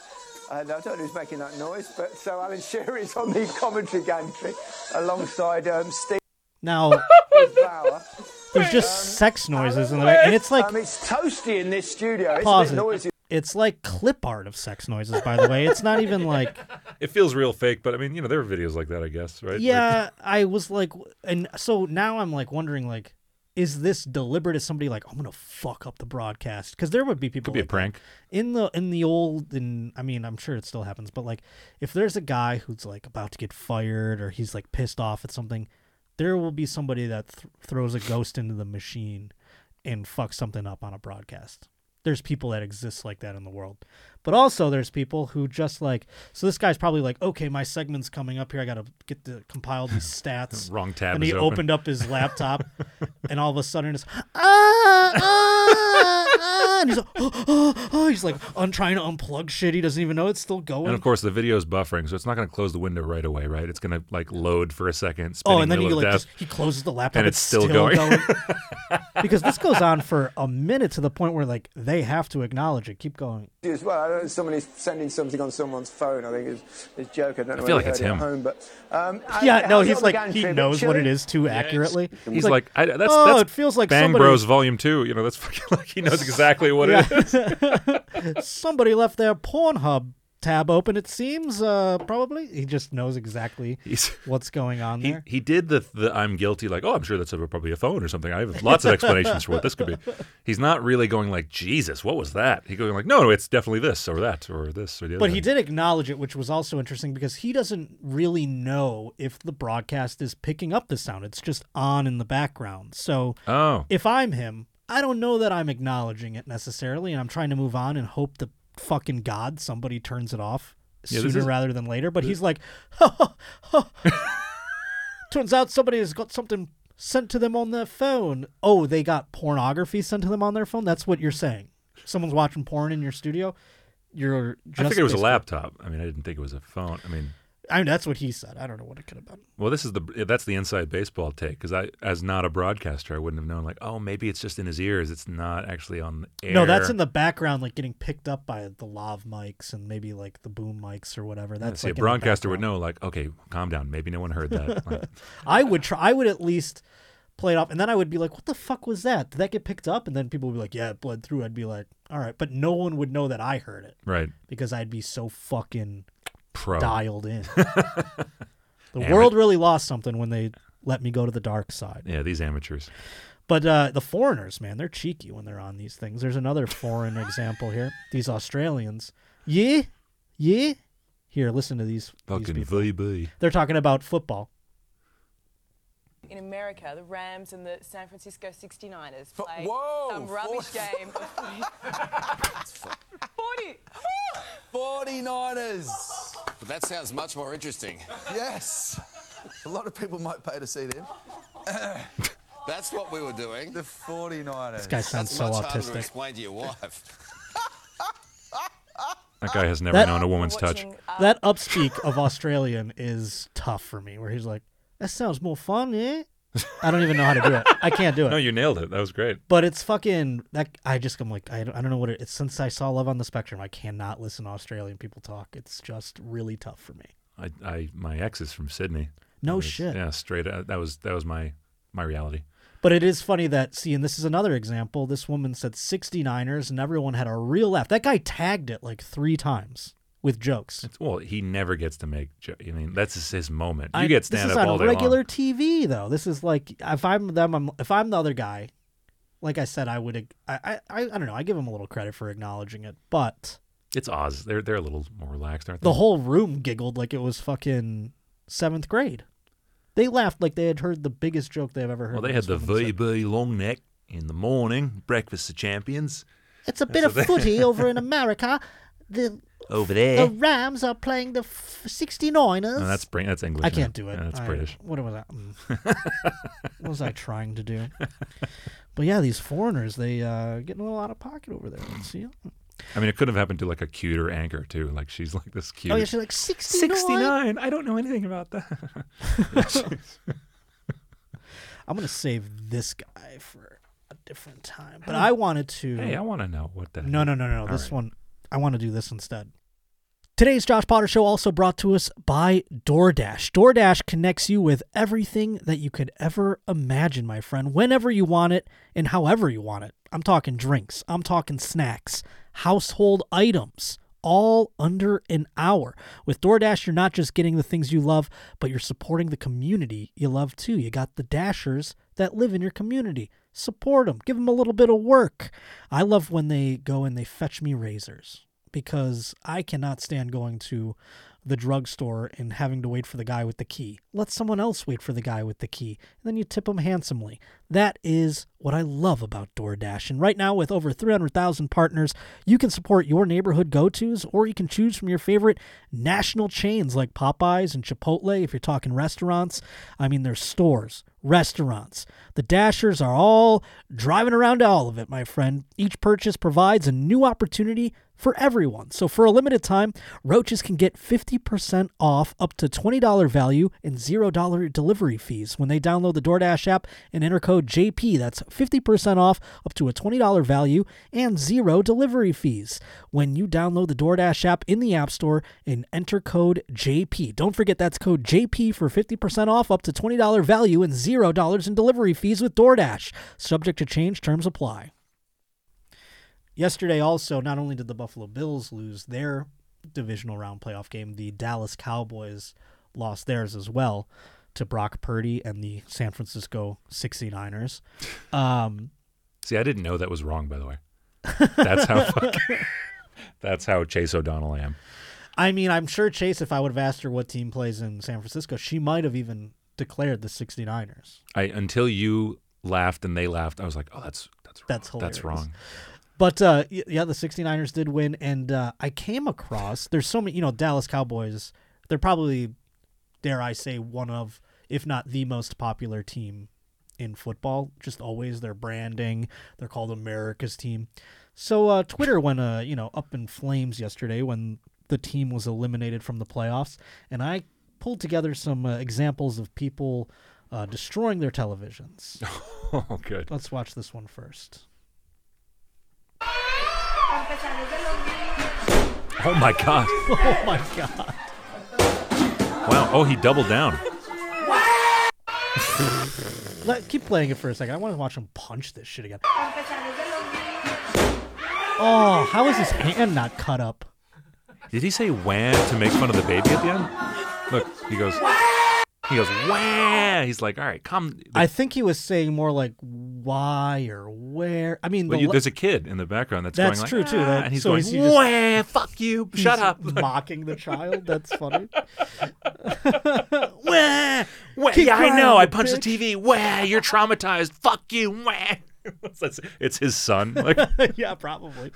And I don't know who's making that noise, but so Alan Shearer is on the commentary gantry alongside um, Steve
Now
Bauer.
there's just sex noises in the back, and it's like
Um, it's toasty in this studio. It's
pause
a
it.
bit noisy.
It's like clip art of sex noises, by the way. It's not even like
It feels real fake, but I mean, you know, there are videos like that, I guess, right? Like,
yeah i was like and so now i'm like wondering like is this deliberate is somebody like i'm gonna fuck up the broadcast because there would be people
could be a
like that.
prank.
in the in the old and i mean i'm sure it still happens but like if there's a guy who's like about to get fired or he's like pissed off at something there will be somebody that th- throws a ghost into the machine and fucks something up on a broadcast there's people that exist like that in the world but also there's people who just like so this guy's probably like okay my segment's coming up here i gotta get the compile these stats
Wrong tab
and
is
he
open.
opened up his laptop and all of a sudden it's ah, ah, ah, and he's like oh, oh, oh. he's like I'm trying to unplug shit he doesn't even know it's still going
And of course, the video is buffering, so it's not going to close the window right away, right? It's going to like load for a second.
oh
spinning
and then he
wheel of
like
death.
just, he closes the laptop
And it's still going.
because this goes on for a minute to the point where like they have to acknowledge it keep going
as well. I don't know, somebody's sending something on someone's phone. I think it's it's joke. I don't know
feel like
whether you
it's
heard it
him.
at home, but um,
yeah no
how's it
he's
on the
like
gantry?
he
A bit
knows what it
chilly?
is too accurately
He's like, I, that's,
"Oh,
that's
it feels like
Bang
somebody-
Bros Volume Two. You know, that's fucking like he knows exactly what it is.
somebody left their Pornhub tab open it seems uh probably he just knows exactly
He's-
what's going on
He,
there
he did the, the I'm guilty, like, oh, I'm sure that's a, probably a phone or something. I have lots of explanations for what this could be. He's not really going like, Jesus, what was that? He going like, no, no, it's definitely this or that or this or the other.
But he
thing."
did acknowledge it, which was also interesting because he doesn't really know if the broadcast is picking up the sound. It's just on in the background. So
Oh,
if I'm him, I don't know that I'm acknowledging it necessarily, and I'm trying to move on and hope the fucking god somebody turns it off
Yeah, this
sooner
is-
rather than later. But he's like, turns out somebody has got something sent to them on their phone. Oh, they got pornography sent to them on their phone. That's what you're saying. Someone's watching porn in your studio. You're just
I figured it was a
basically-
laptop. I mean, I didn't think it was a phone. I mean,
I mean, that's what he said. I don't know what it could have been.
Well, this is the that's the inside baseball take because I, as not a broadcaster, I wouldn't have known. Like, oh, maybe it's just in his ears. It's not actually on the air.
No, that's in the background, like getting picked up by the lav mics and maybe like the boom mics or whatever. That's
See,
like
a
in the
broadcaster would
background.
know. Like, okay, calm down. Maybe no one heard that. Like,
I would try. I would at least play it off, and then I would be like, "What the fuck was that? Did that get picked up?" And then people would be like, "Yeah, it bled through." I'd be like, "All right," but no one would know that I heard it
right,
because I'd be so fucking
pro.
dialed in. the world really lost something when they let me go to the dark side.
Yeah, these amateurs.
But uh, the foreigners, man, they're cheeky when they're on these things. There's another foreign example here. These Australians, yeah, yeah. Here, listen to these. these
Fucking
people.
VB.
They're talking about football.
In America, the Rams and the San Francisco 69ers
Fo-
play
whoa,
some rubbish game. of footy.
49ers.
But that sounds much more interesting.
Yes. A lot of people might pay to see them.
That's what we were doing.
The 49ers.
This guy sounds so
much harder to
autistic.
explain to your wife.
That guy has never
That-
known a woman's touch.
Watching, uh,
That upspeak of Australian is tough for me, where he's like, "That sounds more fun, yeah." I don't even know how to do it. I can't do it.
No, you nailed it. That was great.
but it's fucking that I just I'm like I don't, I don't know what it, it's since I saw Love on the Spectrum I cannot listen to Australian people talk. It's just really tough for me.
I, I my ex is from Sydney.
No
It was-
shit.
Yeah, straight. Out, that was that was my my reality.
But it is funny that, see, and this is another example. This woman said 69ers, and everyone had a real laugh. That guy tagged it like three times with jokes.
It's, well, he never gets to make. jo- I mean, that's just his moment. You
I-
get stand
this
up
is
all
on
day
regular
long.
TV, though. This is like, if I'm them, I'm, if I'm the other guy, like I said, I would, I, I, I I don't know, I give him a little credit for acknowledging it, but
It's Oz. They're they're a little more relaxed, aren't they?
the whole room giggled like it was fucking seventh grade. They laughed like they had heard the biggest joke they've ever heard.
well, they
when
had
this
the
woman said-
VB long neck in the morning, breakfast of champions
It's a bit of footy over in America. The
over there.
The Rams are playing the f- 69ers.
Eh? No, that's Brit- that's English.
I
man.
can't do it.
Yeah, that's
I-
British.
What was I? mm. what was I trying to do? But yeah, these foreigners, they uh, getting a little out of pocket over there. Let's see.
I mean, it could have happened to like a cuter anchor too. Like she's like this cute.
Oh, yeah, she's like 69.
69. I don't know anything about that.
I'm going to save this guy for a different time. But I wanted to.
hey, I want to know what that.
No, no, no, no. no.
All
This
right.
one, I want to do this instead. Today's Josh Potter Show also brought to us by DoorDash. DoorDash connects you with everything that you could ever imagine, my friend, whenever you want it and however you want it. I'm talking drinks, I'm talking snacks, household items, all under an hour. With DoorDash, you're not just getting the things you love, but you're supporting the community you love too. You got the Dashers that live in your community. Support them, give them a little bit of work. I love when they go and they fetch me razors because I cannot stand going to the drugstore and having to wait for the guy with the key. Let someone else wait for the guy with the key, and then you tip him handsomely. That is what I love about DoorDash. And right now, with over 300,000 partners, you can support your neighborhood go tos, or you can choose from your favorite national chains like Popeyes and Chipotle if you're talking restaurants. I mean, there's stores restaurants. The Dashers are all driving around to all of it, my friend. Each purchase provides a new opportunity for everyone. So for a limited time, Roaches can get 50% off up to $20 value and $0 delivery fees when they download the DoorDash app and enter code JP. That's 50% off up to a $20 value and zero delivery fees when you download the DoorDash app in the App Store and enter code JP. Don't forget that's code JP for 50% off up to $20 value and $0 in delivery fees with DoorDash. Subject to change, terms apply. Yesterday, also, not only did the Buffalo Bills lose their divisional round playoff game, the Dallas Cowboys lost theirs as well to Brock Purdy and the San Francisco 69ers. Um,
See, I didn't know that was wrong. By the way, that's how. fucking, that's how Chase O'Donnell I am.
I mean, I'm sure Chase, if I would have asked her what team plays in San Francisco, she might have even declared the 69ers.
I until you laughed and they laughed, I was like, oh, that's that's wrong.
That's
that's
hilarious.
wrong.
But uh, y- yeah, the 69ers did win. And uh, I came across, there's so many, you know, Dallas Cowboys, they're probably, dare I say, one of, if not the most popular team in football. Just always their branding. They're called America's team. So uh, Twitter went, uh, you know, up in flames yesterday when the team was eliminated from the playoffs. And I pulled together some uh, examples of people uh, destroying their televisions.
Oh, good.
Let's watch this one first.
Oh my god.
Oh my God.
Wow. Oh, he doubled down.
Let keep playing it for a second. I want to watch him punch this shit again. Oh, how is his hand not cut up?
Did he say wham to make fun of the baby at the end? Look, he goes. He goes wham. He's like, all right, come.
I think he was saying more like why or where. I mean,
Well,
the
you,
le-
there's a kid in the background that's,
That's
going
true,
like,
too,
"Ah,"
that-
and he's
so
going,
is he just-
wham, fuck you, shut
he's
up.
mocking the child. That's funny.
Wah, wah.
Keep
Yeah, I
crying,
know. I
you
punched
bitch.
the TV. Wah, you're traumatized. Fuck you. Wah. it's, it's his son. Like,
yeah, probably.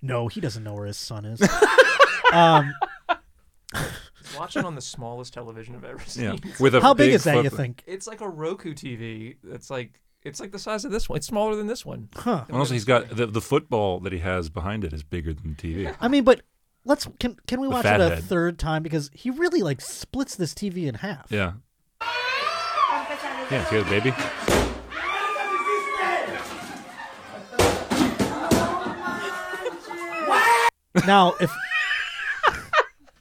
no, he doesn't know where his son is.
Watch it on the smallest television I've ever seen.
yeah, with a
How big, is that?
flip-
You think?
It's like a Roku TV. It's like it's like the size of this one. It's smaller than this one.
Huh.
And also, he's got the, the football that he has behind it is bigger than the TV.
I mean, but let's can can we
The
watch it a
fathead.
third time because he really like splits this TV in half.
Yeah. Yeah, see the baby?
Now, if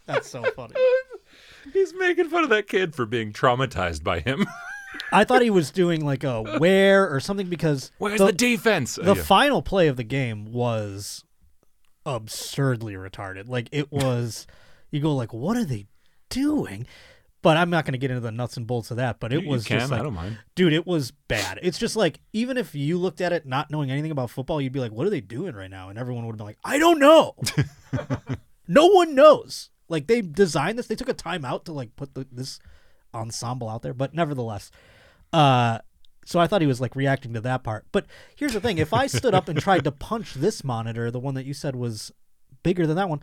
that's so funny,
He's making fun of that kid for being traumatized by him.
I thought he was doing like a where or something because
Where's the defense?
The
uh, Yeah.
final play of the game was absurdly retarded. Like it was, you go like, what are they doing? But I'm not going to get into the nuts and bolts of that. But it
You- you
was just
can, I
like,
don't mind.
dude, it was bad. It's just like even if you looked at it not knowing anything about football, you'd be like, what are they doing right now? And everyone would have been like, I don't know. no one knows. Like they designed this. They took a time out to like put the, this ensemble out there, but nevertheless, uh, so I thought he was like reacting to that part. But here's the thing: if I stood up and tried to punch this monitor, the one that you said was bigger than that one,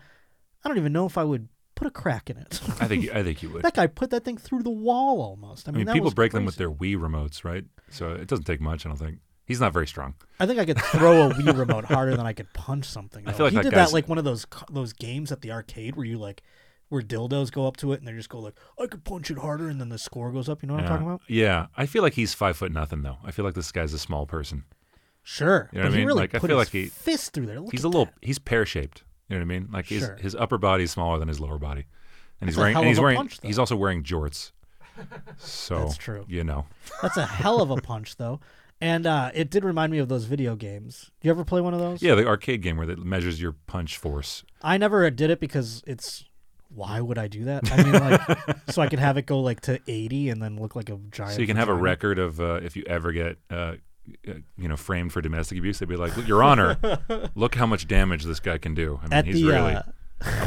I don't even know if I would put a crack in it.
I think I think you would.
that guy put that thing through the wall almost. I
I
mean,
mean,
that
people
was
break them with
crazy.
their Wii remotes, right? So it doesn't take much, I don't think. He's not very strong.
I think I could throw a Wii remote harder than I could punch something.
I
though.
feel like
he
that
did
guy's-
that like one of those c- those games at the arcade where you like where dildos go up to it and they just go like I could punch it harder and then the score goes up. You know what
yeah.
I'm talking about?
Yeah. I feel like he's five foot nothing though. I feel like this guy's a small person.
Sure,
You
but
know what I
he
mean?
really
like
put
I feel
his
like he
fist through there. Look
he's
at
a little he's pear shaped. You know what I mean? Like his
Sure.
his upper body's smaller than his lower body. And
That's
he's
a
wearing
hell
and he's
of a
wearing
punch, though.
he's also wearing jorts. So
That's true.
You know.
That's a hell of a punch, though. And uh, it did remind me of those video games. Do you ever play one of those?
Yeah, the arcade game where that measures your punch force.
I never did it because it's why would I do that? I mean, like, so I could have it go like to eighty and then look like a giant.
So you can have a
vagina.
record of uh, if you ever get, uh, uh, you know, framed for domestic abuse. They'd be like, "Look, "Your Honor, look how much damage this guy can do. I mean,
At
he's
the,
really
uh,
a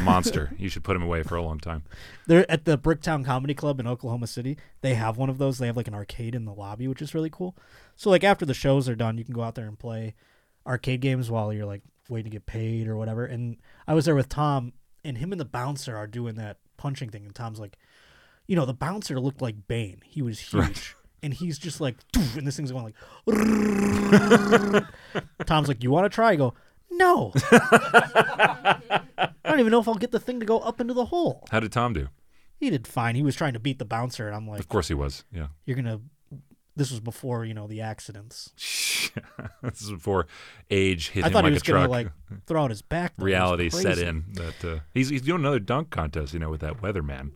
monster. You should put him away for a long time."
They're at the Bricktown Comedy Club in Oklahoma City. They have one of those. They have like an arcade in the lobby, which is really cool. So like after the shows are done, you can go out there and play arcade games while you're like waiting to get paid or whatever. And I was there with Tom, and him and the bouncer are doing that punching thing. And Tom's like, you know, the bouncer looked like Bane. He was huge. And he's just like, "Doof," and this thing's going like. Tom's like, you want to try? I go, no. I don't even know if I'll get the thing to go up into the hole
How did Tom do?
he did fine. He was trying to beat the bouncer, and I'm like,
Of course he was. Yeah,
you're gonna. This was before you know the accidents.
this is before age hit
I
him
thought
like
he was
a
gonna
truck.
like throw out his back. though. It was
Reality set
crazy.
in that uh, he's he's doing another dunk contest. You know, with that weatherman.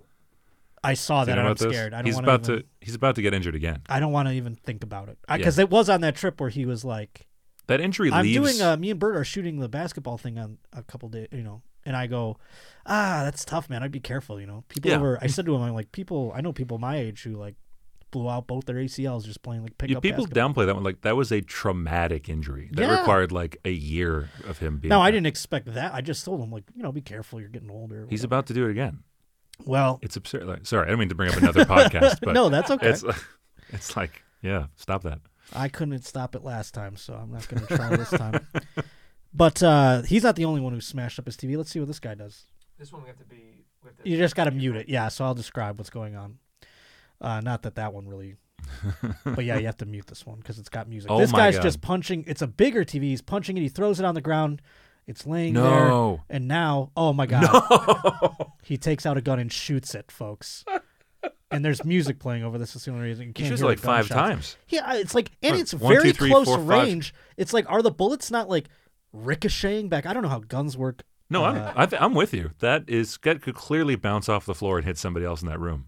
I saw that.
Do you
and
know
I'm
about this?
scared. I don't
he's
want
about
even,
to he's about to get injured again.
I don't want to even think about it
Yeah.
because it was on that trip where he was like,
That injury
"I'm
leaves.
doing. Uh, me and Bert are shooting the basketball thing on a couple days. You know." And I go, ah, that's tough, man. I'd be careful, you know. People
Yeah.
over. I said to him, I'm like, people. I know people my age who like blew out both their ACLs just playing like
Yeah,
pickup
people
basketball.
downplay that one. Like that was a traumatic injury that
Yeah.
required like a year of him being.
No, I
there.
didn't expect that. I just told him like, you know, be careful. You're getting older.
He's about to do it again.
Well,
It's absurd. Like, sorry, I don't mean to bring up another podcast, but
No, that's okay.
It's, it's like, yeah, stop that.
I couldn't stop it last time, so I'm not going to try this time. But uh, he's not the only one who smashed up his TV. Let's see what this guy does.
This one we have to be. We have to
You just got to mute it. Yeah, so I'll describe what's going on. Uh, not that that one really. but yeah, you have to mute this one because it's got music.
Oh
this
my
guy's
God.
just punching. It's a bigger TV. He's punching it. He throws it on the ground. It's laying
No.
there. And now, oh my God. He takes out a gun and shoots it, folks. And there's music playing over this. That's the only reason you can't
shoots
hear
it like
the
five
gunshots.
times.
Yeah, it's like, and
Right,
it's
one, two,
very
three,
close
four, five.
range. It's like, are the bullets not like ricocheting back? I don't know how guns work.
No, I'm,
Uh,
I th- I'm with you. That is that could clearly bounce off the floor and hit somebody else in that room.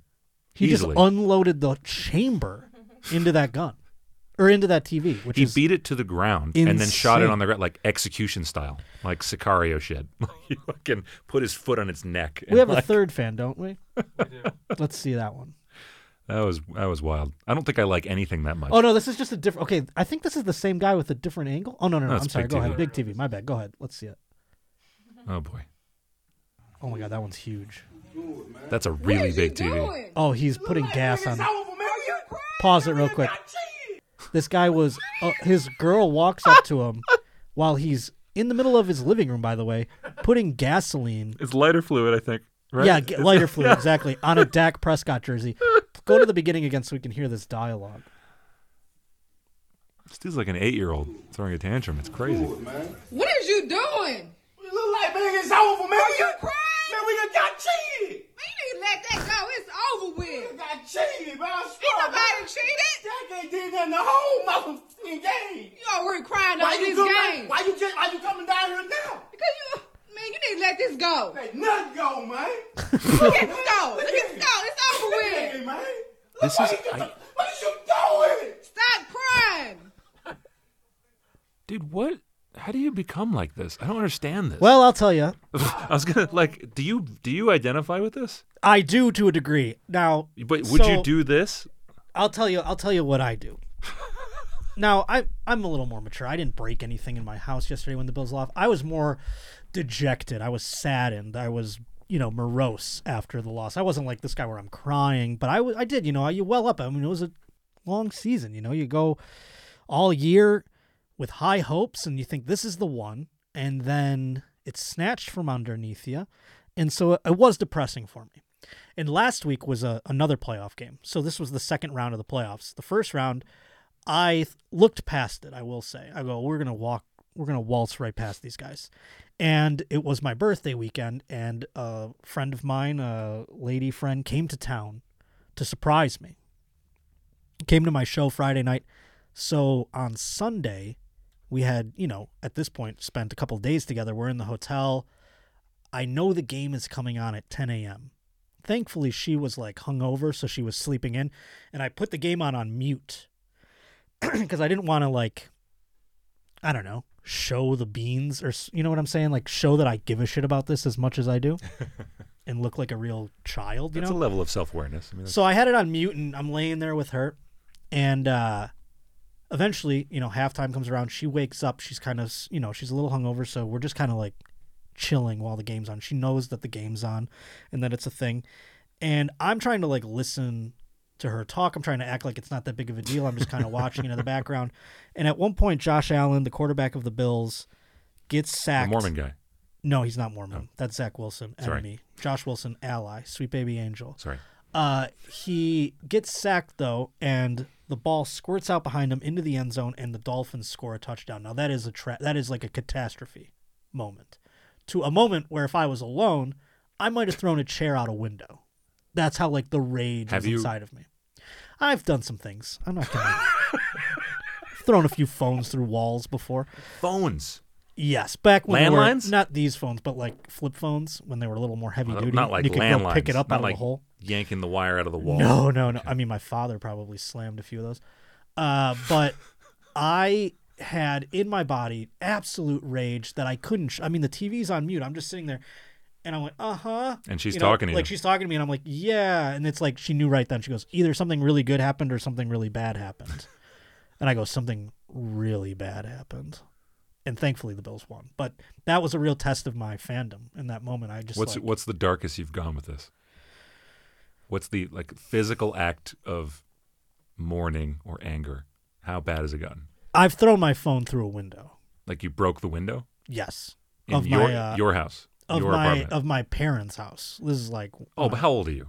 he
easily.
just unloaded the chamber into that gun or into that TV, which
he
is
beat it to the ground and then shot it
insane.
on the ground like execution style, like Sicario shit. he fucking put his foot on its neck.
we have
and,
a
like,
third fan, don't we? Let's see that one.
That was that was wild. I don't think I like anything that much.
Oh no, this is just a different. Okay, I think this is the same guy with a different angle. Oh no, no, no,
No, it's
I'm sorry.
big
Go
TV.
ahead, big TV. My bad. Go ahead. Let's see it.
Oh, boy,
Oh my god, that one's huge.
that's a really big TV.
Oh, he's putting gas on. Pause it real quick. This guy was. Uh, his girl walks up to him while he's in the middle of his living room. By the way, putting gasoline.
It's lighter fluid, I think. Right?
Yeah, g- lighter fluid exactly on a Dak Prescott jersey. Go to the beginning again so we can hear this dialogue.
This dude's like an eight-year-old throwing a tantrum. It's crazy.
What is you doing? You look like man, it's over, man. Are you crying? Man, we done got cheated. Man, you need to let that go. It's over with. We got cheated, man. I swear. Ain't nobody cheated. That us go, man. Look at us go. Look at us go. It's over with. man. Look
This
what
is-
he-
I-
What is you doing? Stop crying.
Dude, what? How do you become like this? I don't understand this.
Well, I'll tell you.
I was gonna like, do you do you identify with this?
I do to a degree. Now,
But would
so-
you do this?
I'll tell you. I'll tell you what I do. now I I'm a little more mature. I didn't break anything in my house yesterday when the bills lost. I was more dejected. I was saddened. I was you know morose after the loss. I wasn't like this guy where I'm crying, but I w- I did. You know, I you well up. I mean, it was a long season. You know, you go all year with high hopes, and you think this is the one, and then it's snatched from underneath you, and so it, it was depressing for me. And last week was a, another playoff game. So this was the second round of the playoffs. The first round, I th- looked past it, I will say. I go, we're going to walk, we're going to waltz right past these guys. And it was my birthday weekend, and a friend of mine, a lady friend, came to town to surprise me. Came to my show Friday night. So on Sunday, we had, you know, at this point, spent a couple of days together. We're in the hotel. I know the game is coming on at 10 a.m. Thankfully, she was like hungover, so she was sleeping in, and I put the game on on mute because I didn't want to like, I don't know, show the beans or s- you know what I'm saying, like show that I give a shit about this as much as I do, and look like a real child. You
That's
know,
a level of self awareness. I mean, that's-
so I had it on mute, and I'm laying there with her, and uh, eventually, you know, halftime comes around. She wakes up. She's kind of, you know, she's a little hungover, so we're just kind of like chilling while the game's on. She knows that the game's on, and that it's a thing. And I'm trying to like listen to her talk. I'm trying to act like it's not that big of a deal. I'm just kind of watching it in the background. And at one point, Josh Allen, the quarterback of the Bills, gets sacked.
Mormon guy. Oh.
No, he's not Mormon. That's Zach Wilson,
Sorry.
enemy. Josh Wilson, ally. Sweet baby angel.
Sorry.
Uh, he gets sacked though, and the ball squirts out behind him into the end zone, and the Dolphins score a touchdown. Now that is a tra- that is like a catastrophe moment, to a moment where if I was alone, I might have thrown a chair out a window. That's how like the rage
Have
is
you-
inside of me. I've done some things. I'm not gonna thrown a few phones through walls before.
Phones.
Yes, back when they were-
Landlines?
not these phones, but like flip phones when they were a little more heavy
Not-
duty.
not like
you could go
landlines.
pick it up
not
out of
like
the hole.
yanking the wire out of the wall.
No, no, no. I mean, my father probably slammed a few of those. Uh, but I had in my body absolute rage that I couldn't. Sh- I mean, the TV's on mute. I'm just sitting there. And I went, uh huh.
And she's talking to you.
Like, she's talking to me, and I'm like, yeah. And it's like, she knew right then. She goes, either something really good happened or something really bad happened. and I go, something really bad happened. And thankfully, the Bills won. But that was a real test of my fandom in that moment. I just,
What's
like,
what's the darkest you've gone with this? What's the like physical act of mourning or anger? How bad has it gotten?
I've thrown my phone through a window.
Like you broke the window?
Yes.
In your your house.
uh, Of
your
my
apartment.
of my parents' house. This is like
oh, but how old are you?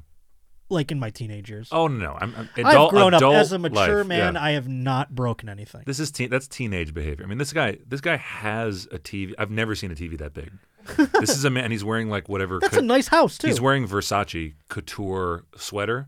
like in my teenage years.
Oh no, no. I'm, I'm
I've
adult,
grown up
adult
as a mature
life,
man.
yeah.
I have not broken anything.
This is teen, that's teenage behavior. I mean, this guy this guy has a TV. I've never seen a TV that big. this is a man. He's wearing like whatever.
That's a nice house, too.
He's wearing Versace couture sweater,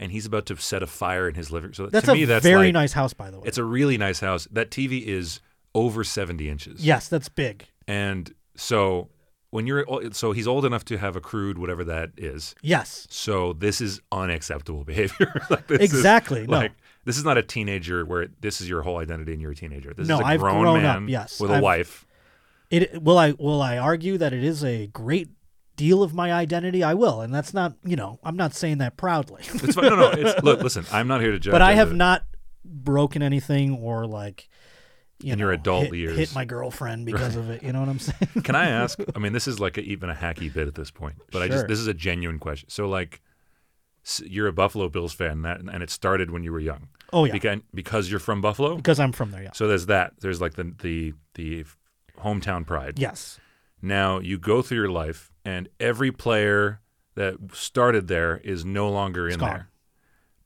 and he's about to set a fire in his living. So
That's
to
a
me, that's
very
like-
nice house, by the way.
It's a really nice house. That TV is over seventy inches.
Yes, that's big.
And so when you're o- so he's old enough to have accrued whatever that is.
Yes.
So this is unacceptable behavior. Like, this is-
Exactly, no.
like this is not a teenager where this is your whole identity and you're a teenager. This
No,
is a
I've
grown,
grown
man
up, yes.
with a
I've-
wife.
It will I will I argue that it is a great deal of my identity. I will, and that's not you know I'm not saying that proudly.
It's fine. No, no. It's, look, listen. I'm not here to judge.
but I
as
have
a-
not broken anything or like you
In
know
your adult
hit,
years.
hit my girlfriend because
Right.
of it. You know what I'm saying?
Can I ask? I mean, this is like a, even a hacky bit at this point, but I just
Sure.
this is a genuine question. So, like, s- you're a Buffalo Bills fan, that and it started when you were young.
Oh, yeah.
because, because you're from Buffalo.
Because I'm from there, yeah.
So there's that. There's like the the the hometown pride.
Yes.
Now you go through your life, and every player that started there is no longer in
gone.
there,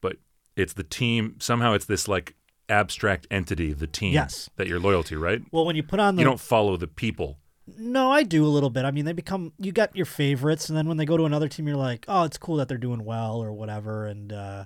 but it's the team. Somehow, it's this like abstract entity, the team.
Yes.
that your loyalty, right?
Well, when you put on the
you don't follow the people.
No, I do a little bit. I mean, they become you got your favorites, and then when they go to another team, you're like, oh, it's cool that they're doing well or whatever, and uh,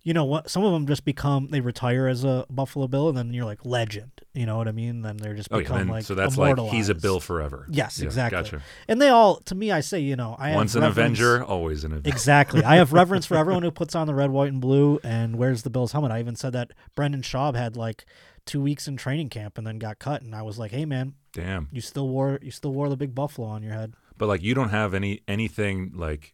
you know what? Some of them just become they retire as a Buffalo Bill, and then you're like legend. You know what I mean? Then they're just
Oh, yeah,
become
then-
like
so that's like
immortalized.
he's a Bill forever.
Yes,
Yeah,
exactly.
gotcha.
And they all, to me, I say, you know, I have
Once an
reverence-
Avenger, always an Avenger.
Exactly. I have reverence for everyone who puts on the red, white, and blue and wears the Bills helmet. I even said that Brendan Schaub had like two weeks in training camp and then got cut, and I was like, hey man,
Damn.
you still wore you still wore the big buffalo on your head.
But like you don't have any anything like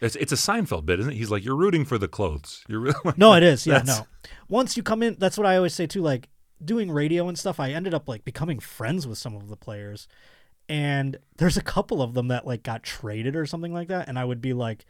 it's it's a Seinfeld bit, isn't it? He's like you're rooting for the clothes. You're really
No, it is. Yeah,
That's-
no. Once you come in, that's what I always say too. Like doing radio and stuff, I ended up like becoming friends with some of the players, and there's a couple of them that like got traded or something like that, and I would be like,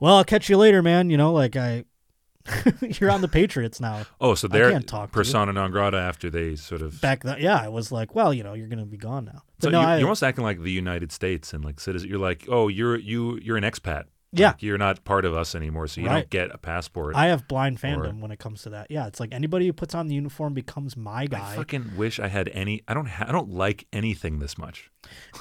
"Well, I'll catch you later, man." You know, like I, you're on the Patriots now.
Oh, so
I
they're
can't talk to you.
persona non grata after they sort of.
back then. Yeah, I was like, "Well, you know, you're gonna be gone now." But
so
no,
you,
I,
you're almost acting like the United States and like citizen. You're like, oh, you're you you're an expat.
Yeah.
Like, you're not part of us anymore, so you
Right.
don't get a passport.
I have blind
or-
fandom when it comes to that. Yeah, it's like anybody who puts on the uniform becomes my guy.
I fucking wish I had any. I don't. Ha- I don't like anything this much.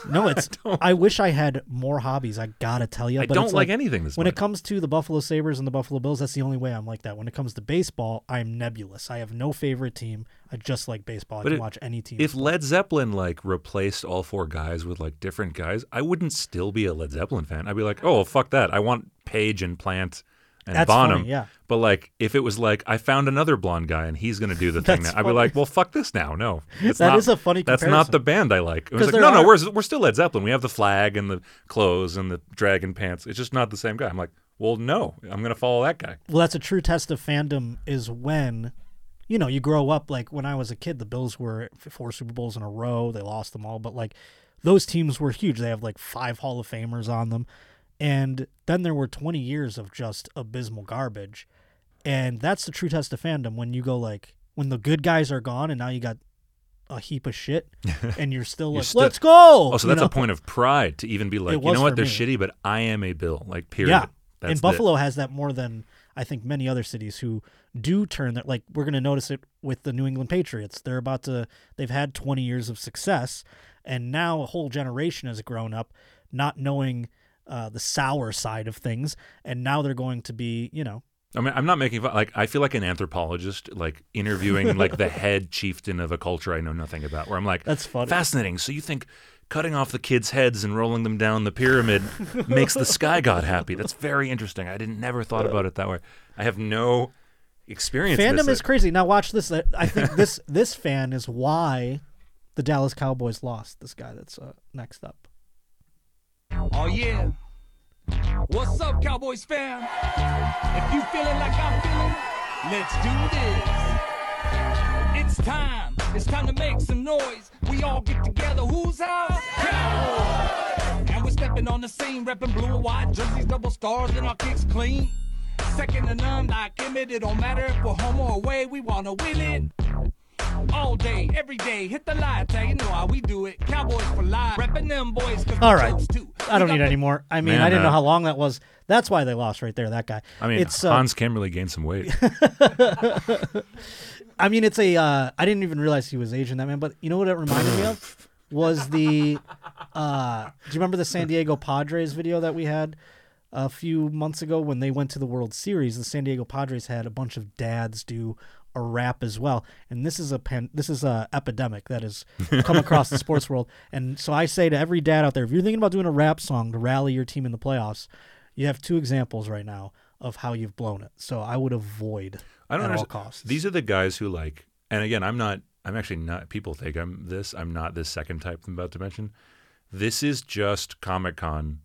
No, it's. I, wish I had more hobbies. I gotta tell you,
I
but
don't
it's
like anything this
when it
much.
comes to the Buffalo Sabers and the Buffalo Bills. That's the only way I'm like that. When it comes to baseball, I'm nebulous. I have no favorite team. I just like baseball. I can
it-
watch any team.
If Led Zeppelin like replaced all four guys with like different guys, I wouldn't still be a Led Zeppelin fan. I'd be like, oh fuck that. I want Page and Plant and
That's
Bonham.
funny, yeah.
But like, if it was like I found another blonde guy and he's gonna do the thing,
That's
now, I'd be
funny.
like, well fuck this now. No, that's
That
not,
is a funny
That's
comparison.
not the band I like. It
'Cause
was
there
like, no,
are-
no, we're we're still Led Zeppelin. We have the flag and the clothes and the dragon pants. It's just not the same guy. I'm like, well no, I'm gonna follow that guy.
well, that's a true test of fandom is when. You know, you grow up like when I was a kid, the Bills were f- four Super Bowls in a row. They lost them all, but like those teams were huge. They have like five Hall of Famers on them. And then there were 20 years of just abysmal garbage. And that's the true test of fandom when you go like when the good guys are gone and now you got a heap of shit and you're still like,
You're still-
let's go.
Oh, so
you
that's
know?
a point of pride to even be like, you
was
know
for
what, they're
me.
shitty, but I am a Bill. Like, period.
Yeah.
That's
and
it.
Buffalo has that more than I think many other cities who do turn that like we're going to notice it with the New England Patriots. They're about to they've had 20 years of success and now a whole generation has grown up not knowing uh, the sour side of things and now they're going to be, you know,
I mean, I'm not making fun. Like, I feel like an anthropologist, like interviewing like the head chieftain of a culture I know nothing about. Where I'm like,
That's funny.
fascinating. So you think cutting off the kids' heads and rolling them down the pyramid makes the sky god happy? That's very interesting. I didn't never thought about it that way. I have no experience. in
fandom
this.
is crazy. Now watch this. I- I think this this fan is why the Dallas Cowboys lost this guy that's uh, next up.
Oh yeah. What's up, Cowboys fam? If you feeling like I'm feeling, let's do this. It's time. It's time to make some noise. We all get together. Who's out? Cowboys. And we're stepping on the scene, repping blue and white jerseys, double stars, and our kicks clean. Second to none, like Emmett. It don't matter if we're home or away. We wanna win it. All day, every day, hit the light tag. You know how we do it. Cowboys for life. Repping them boys. 'cause we
All right.
chose to.
I don't need any more. I mean,
Man,
I didn't know
uh,
how long that was. That's why they lost right there. That guy.
I mean,
it's uh,
Hans Kimberly gained some weight.
I mean, it's a. Uh, I didn't even realize he was Asian, that man. But you know what it reminded me of was the. Uh, do you remember the San Diego Padres video that we had a few months ago when they went to the World Series? The San Diego Padres had a bunch of dads do a rap as well, and this is a pan, this is a epidemic that has come across the sports world. And so I say to every dad out there, if you're thinking about doing a rap song to rally your team in the playoffs, you have two examples right now of how you've blown it. So I would avoid
I don't
at all
understand.
costs.
These are the guys who like, and again, I'm not. I'm actually not. People think I'm this. I'm not this second type I'm about to mention. This is just Comic Con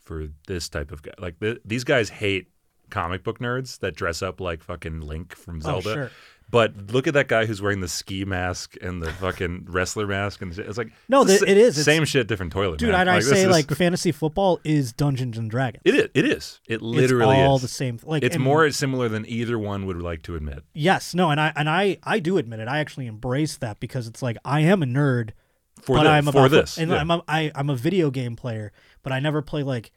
for this type of guy. Like th- these guys hate comic book nerds that dress up like fucking Link from
Oh,
Zelda.
sure.
But look at that guy who's wearing the ski mask and the fucking wrestler mask, and shit. it's like
No,
it's
th- it is. It's-
same shit, different toilet.
Dude,
man.
I'd I
this
say
is-
like fantasy football is Dungeons and Dragons.
It is. It is. It literally
all
is.
the same th- like,
it's
and-
more similar than either one would like to admit.
Yes, no, and I and I I do admit it. I actually embrace that because it's like I am a nerd,
For
but
thi-
I'm
for
about
this,
and
yeah.
I'm a, I, I'm a video game player, but I never play like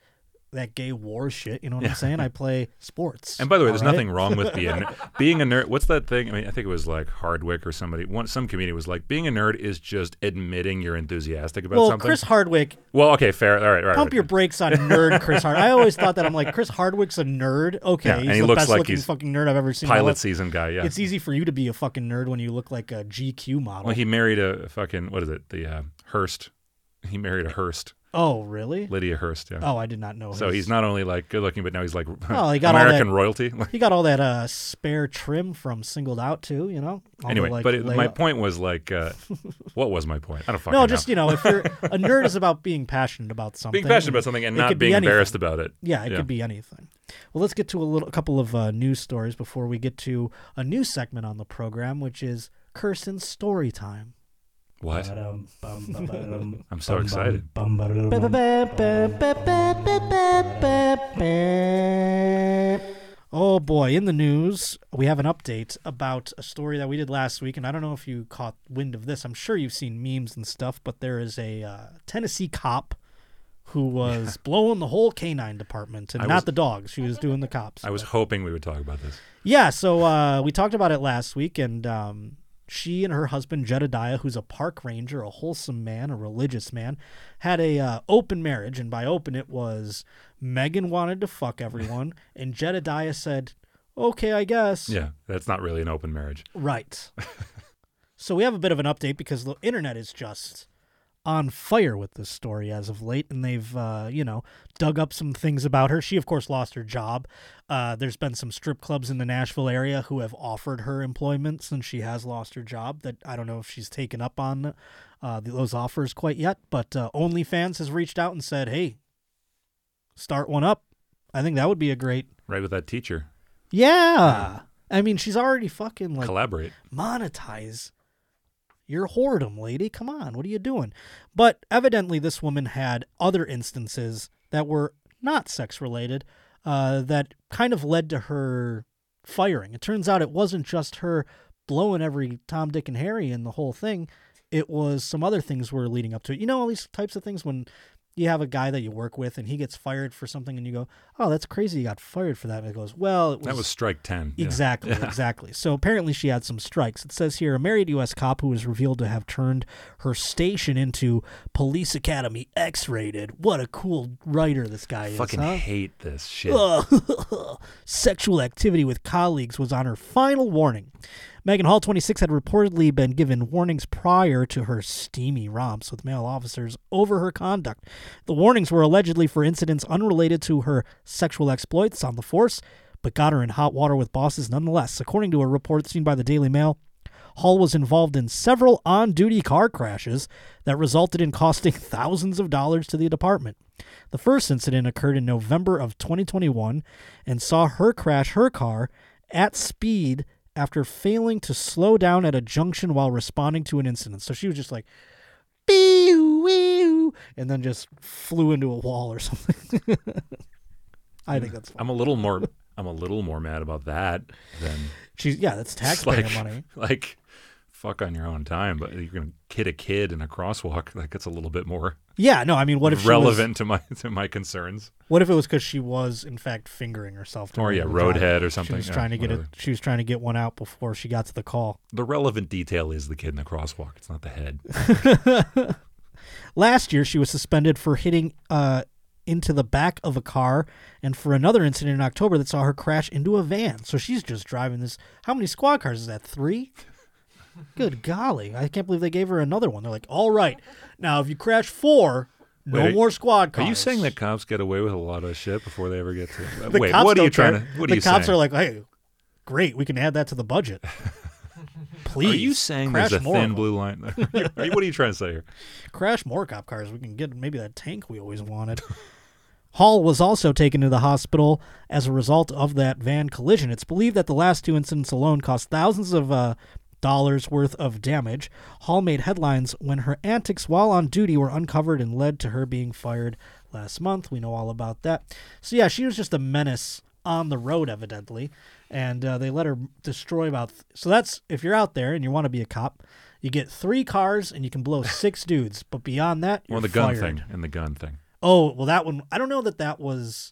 that gay war shit. You know what I'm saying? I play sports.
And by the way, there's
all right?
nothing wrong with being being a nerd. What's that thing? I mean, I think it was like Hardwick or somebody. One, some comedian was like, being a nerd is just admitting you're enthusiastic about
Well,
something.
Chris Hardwick-
Well, okay, fair. All right, all right.
Pump
right.
your brakes on nerd Chris Hardwick. I always thought that I'm like Chris Hardwick's a nerd. Okay,
Yeah, and
he's
he
the
looks
best
like
looking
he's
fucking nerd I've ever seen. in my
pilot
life.
season guy, yeah.
it's easy for you to be a fucking nerd when you look like a GQ model.
Well, he married a fucking what is it? The uh, Hearst. He married a Hearst.
Oh, really?
Lydia Hearst. Yeah.
Oh, I did not know
So
his-
he's not only like good looking, but now he's like
Oh, he got
American
all that,
royalty.
He got all that uh, spare trim from Singled Out too. You know. All the,
anyway,
like,
but it, my
layup.
point was like, uh, what was my point? I don't fucking
No, just you know, if you're a nerd is about being passionate about something,
being passionate about something and
It
not
could be
being
anything.
embarrassed about it.
Yeah, it could be anything. Well, let's get to a little, a couple of uh, news stories before we get to a new segment on the program, which is Kirsten's story time.
What? I'm so
Bum,
excited.
Oh boy, in the news, we have an update about a story that we did last week, and I don't know if you caught wind of this. I'm sure you've seen memes and stuff, but there is a uh, Tennessee cop who was blowing the whole canine department, and
I
not
was-
the dogs. She was doing the cops.
I was hoping we would talk about this.
Yeah, so uh, we talked about it last week, and um, she and her husband Jedediah, who's a park ranger, a wholesome man, a religious man, had a uh, open marriage, and by open it was Megan wanted to fuck everyone, and Jedediah said, "Okay, I guess."
Yeah, that's not really an open marriage.
Right. so we have a bit of an update because the internet is just on fire with this story as of late, and they've uh, you know dug up some things about her. She, of course, lost her job. Uh, there's been some strip clubs in the Nashville area who have offered her employment since she has lost her job. That I don't know if she's taken up on uh, those offers quite yet, but uh, OnlyFans has reached out and said, "Hey, start one up." I think that would be a great
Right with that teacher.
yeah. I mean, she's already fucking like
Collaborate.
monetize your whoredom, lady. Come on, what are you doing? But evidently, this woman had other instances that were not sex related uh, that kind of led to her firing. It turns out it wasn't just her blowing every Tom, Dick, and Harry in the whole thing. It was some other things were leading up to it. You know, all these types of things when you have a guy that you work with and he gets fired for something and you go, oh, that's crazy. You got fired for that. And it goes, well, it was,
That was strike 10, yeah.
Exactly.
Yeah.
Exactly. So apparently she had some strikes. It says here a married U.S. cop who was revealed to have turned her station into police academy X-rated. What a cool writer this guy is.
Fucking
huh?
hate this shit.
Ugh. Sexual activity with colleagues was on her final warning. Megan Hall, 26, had reportedly been given warnings prior to her steamy romps with male officers over her conduct. The warnings were allegedly for incidents unrelated to her sexual exploits on the force, but got her in hot water with bosses nonetheless. According to a report seen by the Daily Mail, Hall was involved in several on duty car crashes that resulted in costing thousands of dollars to the department. The first incident occurred in November of 2021 and saw her crash her car at speed after failing to slow down at a junction while responding to an incident. So she was just like, Bee-oo-wee-oo, and then just flew into a wall or something. I think that's
I'm a little more. I'm a little more mad about that than.
She's- yeah, that's
It's
taxpayer
like,
money.
Like, fuck on your own time, but you're gonna kid a kid in a crosswalk. Like, it's a little bit more.
Yeah, no, I mean, what if she was-
relevant to my to my concerns?
What if it was because she was in fact fingering herself?
Or,
during
yeah,
the
roadhead
drive?
or something,
She was
yeah,
trying to get it.
whatever.
She was trying to get one out before she got to the call.
The relevant detail is the kid in the crosswalk. It's not the head.
Last year, she was suspended for hitting uh, into the back of a car, and for another incident in October that saw her crash into a van. So she's just driving this. How many squad cars is that? Three. Good golly! I can't believe they gave her another one. They're like, all right, now if you crash four, no
Wait, are-
more squad cars.
Are you saying that cops get away with a lot of shit before they ever get to?
The
Wait,
cops
what are
don't
you trying
care.
to? What
the
are you
cops
saying?
are like, hey, great, we can add that to the budget. Please,
Are you saying
crash
there's a
more of
thin
them.
blue line? Are you- what are you trying to say here?
Crash more cop cars. We can get maybe that tank we always wanted. Hall was also taken to the hospital as a result of that van collision. It's believed that the last two incidents alone cost thousands of uh, dollars worth of damage. Hall made headlines when her antics while on duty were uncovered and led to her being fired last month. We know all about that. So, yeah, she was just a menace on the road, evidently, and uh, they let her destroy about. Th- so, that's if you're out there and you want to be a cop. You get three cars and you can blow six dudes, but beyond that, you're
Well, the gun
fired.
thing and the gun thing.
Oh, well, that one. I don't know that that was.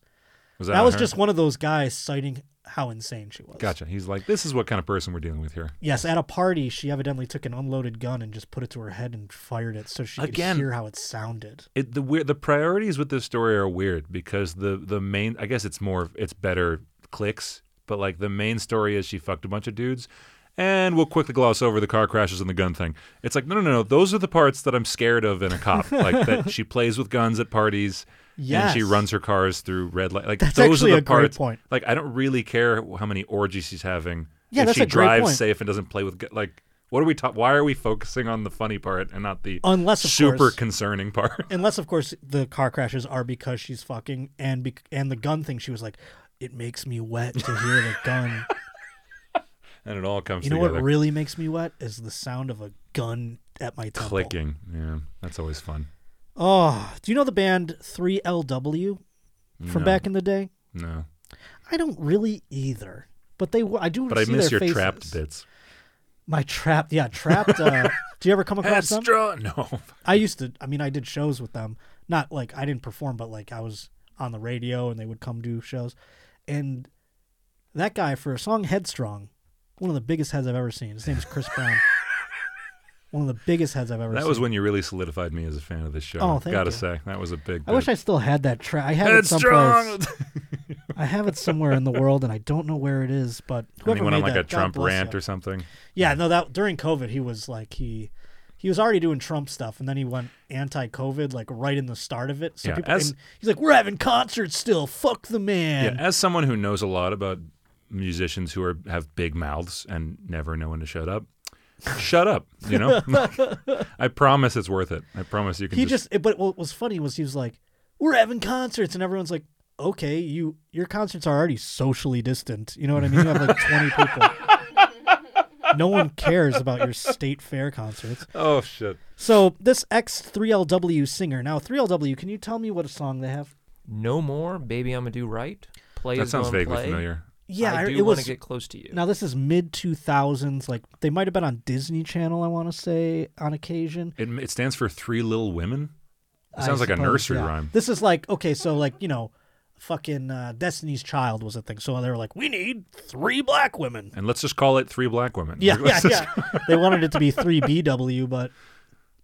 Was
that
that on
was
her?
just one of those guys citing how insane she was.
Uh-huh. Gotcha. He's like, this is what kind of person we're dealing with here.
Yes, at a party, she evidently took an unloaded gun and just put it to her head and fired it so she
Again.
could hear how it sounded.
It, the weird the priorities with this story are weird because the the main I guess it's more it's better clicks, but like the main story is she fucked a bunch of dudes, and we'll quickly gloss over the car crashes and the gun thing. It's like no no no no those are the parts that I'm scared of in a cop like that she plays with guns at parties. And she
Yes.
runs her cars through red light. Like
That's
those are
actually
the
a great
parts.
point.
Like I don't really care how many orgies she's having.
Yeah,
if
that's
she
a great
drives
point.
safe and doesn't play with gu- like what are we talking? Why are we focusing on the funny part and not the
Unless, of
super
course-
concerning part?
Unless, of course, the car crashes are because she's fucking and bec- and the gun thing. She was like, "It makes me wet to hear the gun."
and it all comes
you know
together.
what really makes me wet is the sound of a gun at my temple.
clicking? Yeah, that's always fun.
Oh, do you know the band 3LW from
No.
back in the day?
No,
I don't really either, but they were- I do.
but I
see
miss
their
your
faces.
trapped bits.
My trapped, yeah, trapped. Uh, do you ever come across them?
Astra- no.
I used to. I mean, I did shows with them. Not like I didn't perform, but like I was on the radio and they would come do shows. And that guy for a song "Headstrong," one of the biggest heads I've ever seen. His name is Chris Brown. one of the biggest heads I've ever
That
seen.
was when you really solidified me as a fan of this show.
Oh, thank
Gotta
you.
say, that was a big.
I wish I
bit.
still had that track. I have
Headstrong!
it someplace. I have it somewhere in the world, and I don't know where it is. But whoever
And he went on
made
like
that,
a
God
Trump
bless
rant
him.
or something.
Yeah, no, that during COVID, he was like he he was already doing Trump stuff, and then he went anti-COVID, like right in the start of it. So
Yeah,
people,
as-
and he's like, "We're having concerts still. Fuck the man."
yeah, as someone who knows a lot about musicians who are have big mouths and never know when to shut up, shut up. You know, I promise it's worth it. I promise you can.
he
just
just. But what was funny was he was like, "We're having concerts," and everyone's like, "Okay, you your concerts are already socially distant. You know what I mean? You have like twenty people. No one cares about your state fair concerts."
oh shit.
So this X3LW singer. Now 3LW, can you tell me what a song they have?
No more, baby. I'm gonna do right. Play
That
is
sounds
gonna
vaguely
play.
familiar.
Yeah,
I
I-
do
it
want
was-
to get close to you.
Now this is mid 2000s. Like they might have been on Disney Channel. I want to say on occasion.
It, it stands for Three Little Women. It
I
sounds like a
suppose,
nursery
yeah.
rhyme.
This is like okay, so like you know, fucking uh, Destiny's Child was a thing. So they were like, we need three black women.
And let's just call it Three Black Women.
Yeah,
Like,
yeah,
let's just-
yeah. they wanted it to be three BW, but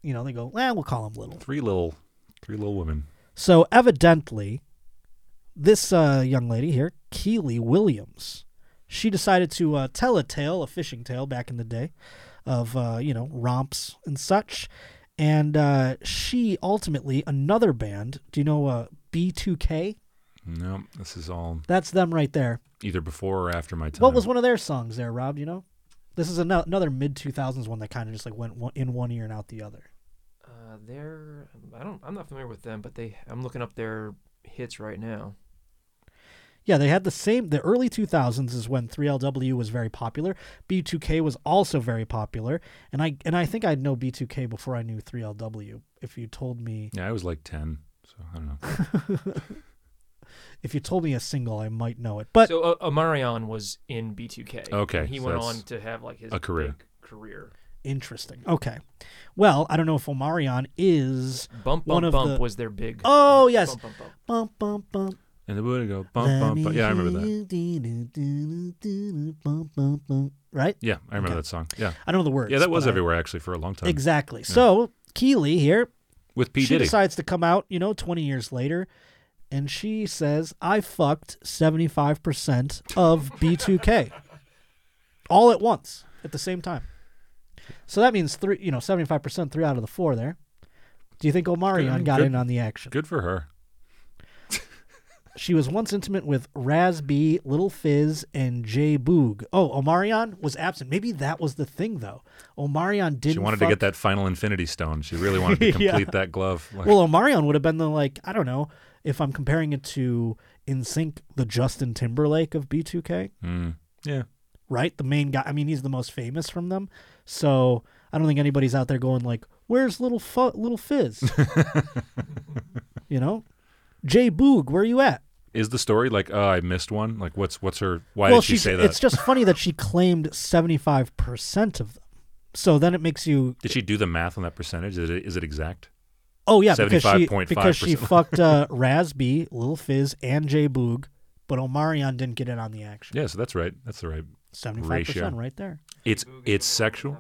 you know they go, well, we'll call them little.
Three Little, Three Little Women.
So evidently, this uh, young lady here, Keely Williams, she decided to uh, tell a tale, a fishing tale back in the day, of uh, you know romps and such, and uh, she ultimately another band. Do you know uh, B2K?
No, this is all
That's them right there.
either before or after my time.
What was one of their songs there, Rob? Do You know, this is ano- another mid 2000s one that kind of just like went one- in one ear and out the other.
Uh, they're I don't I'm not familiar with them, but they I'm looking up their hits right now.
Yeah, they had the same. The early 2000s is when 3LW was very popular. B2K was also very popular, and I and I think I'd know B2K before I knew 3LW. If you told me,
Yeah, I was like ten, so I don't know.
if you told me a single, I might know it. But
so uh, Omarion was in B2K.
Okay,
and he
so
went on
that's
to have like his
a career.
big career.
interesting. Okay, well, I don't know if Omarion is
Bump,
one
Bump,
of
Bump
the-
was their big-
Oh yes,
Bump, Bump, Bump.
bump bump bump.
and the would go bump bump. bump. Yeah, I remember that.
that. Right?
Yeah, I remember
Okay.
that song. Yeah,
I don't know the words.
Yeah, that was
but I-
everywhere actually for a long time.
Exactly.
Yeah.
So Keely here
With P.
She
Diddy.
decides to come out, you know, 20 years later, and she says, "I fucked 75 percent of B2K, all at once, at the same time." So that means three, you know, 75 percent, three out of the four there. Do you think Omarion got
Good-
in on the action?
Good for her.
She was once intimate with Raz B, Little Fizz, and Jay Boog. Oh, Omarion was absent. Maybe that was the thing, though. Omarion didn't.
She wanted
fuck-
to get that final Infinity Stone. She really wanted to
Yeah.
complete that glove. Like,
Well, Omarion would have been the like I don't know if I'm comparing it to In Sync, the Justin Timberlake of B2K,
mm, yeah.
right? The main guy. I mean, he's the most famous from them. So I don't think anybody's out there going like, "Where's little fu- little Fizz?" you know, Jay Boog, where you at?
Is the story like, oh, I missed one? Like, what's what's her? Why
well,
did she
she's-
say that?
It's just funny that she claimed seventy five percent of them. So then it makes you
Did she do the math on that percentage? Is it, is it exact?
Oh yeah, because she
75.5%.
because she fucked uh, Raz B, Lil Fizz, and Jay Boog, but Omarion didn't get in on the action.
Yeah, so that's right. That's the right
75%
ratio.
right there.
It's it's sexual.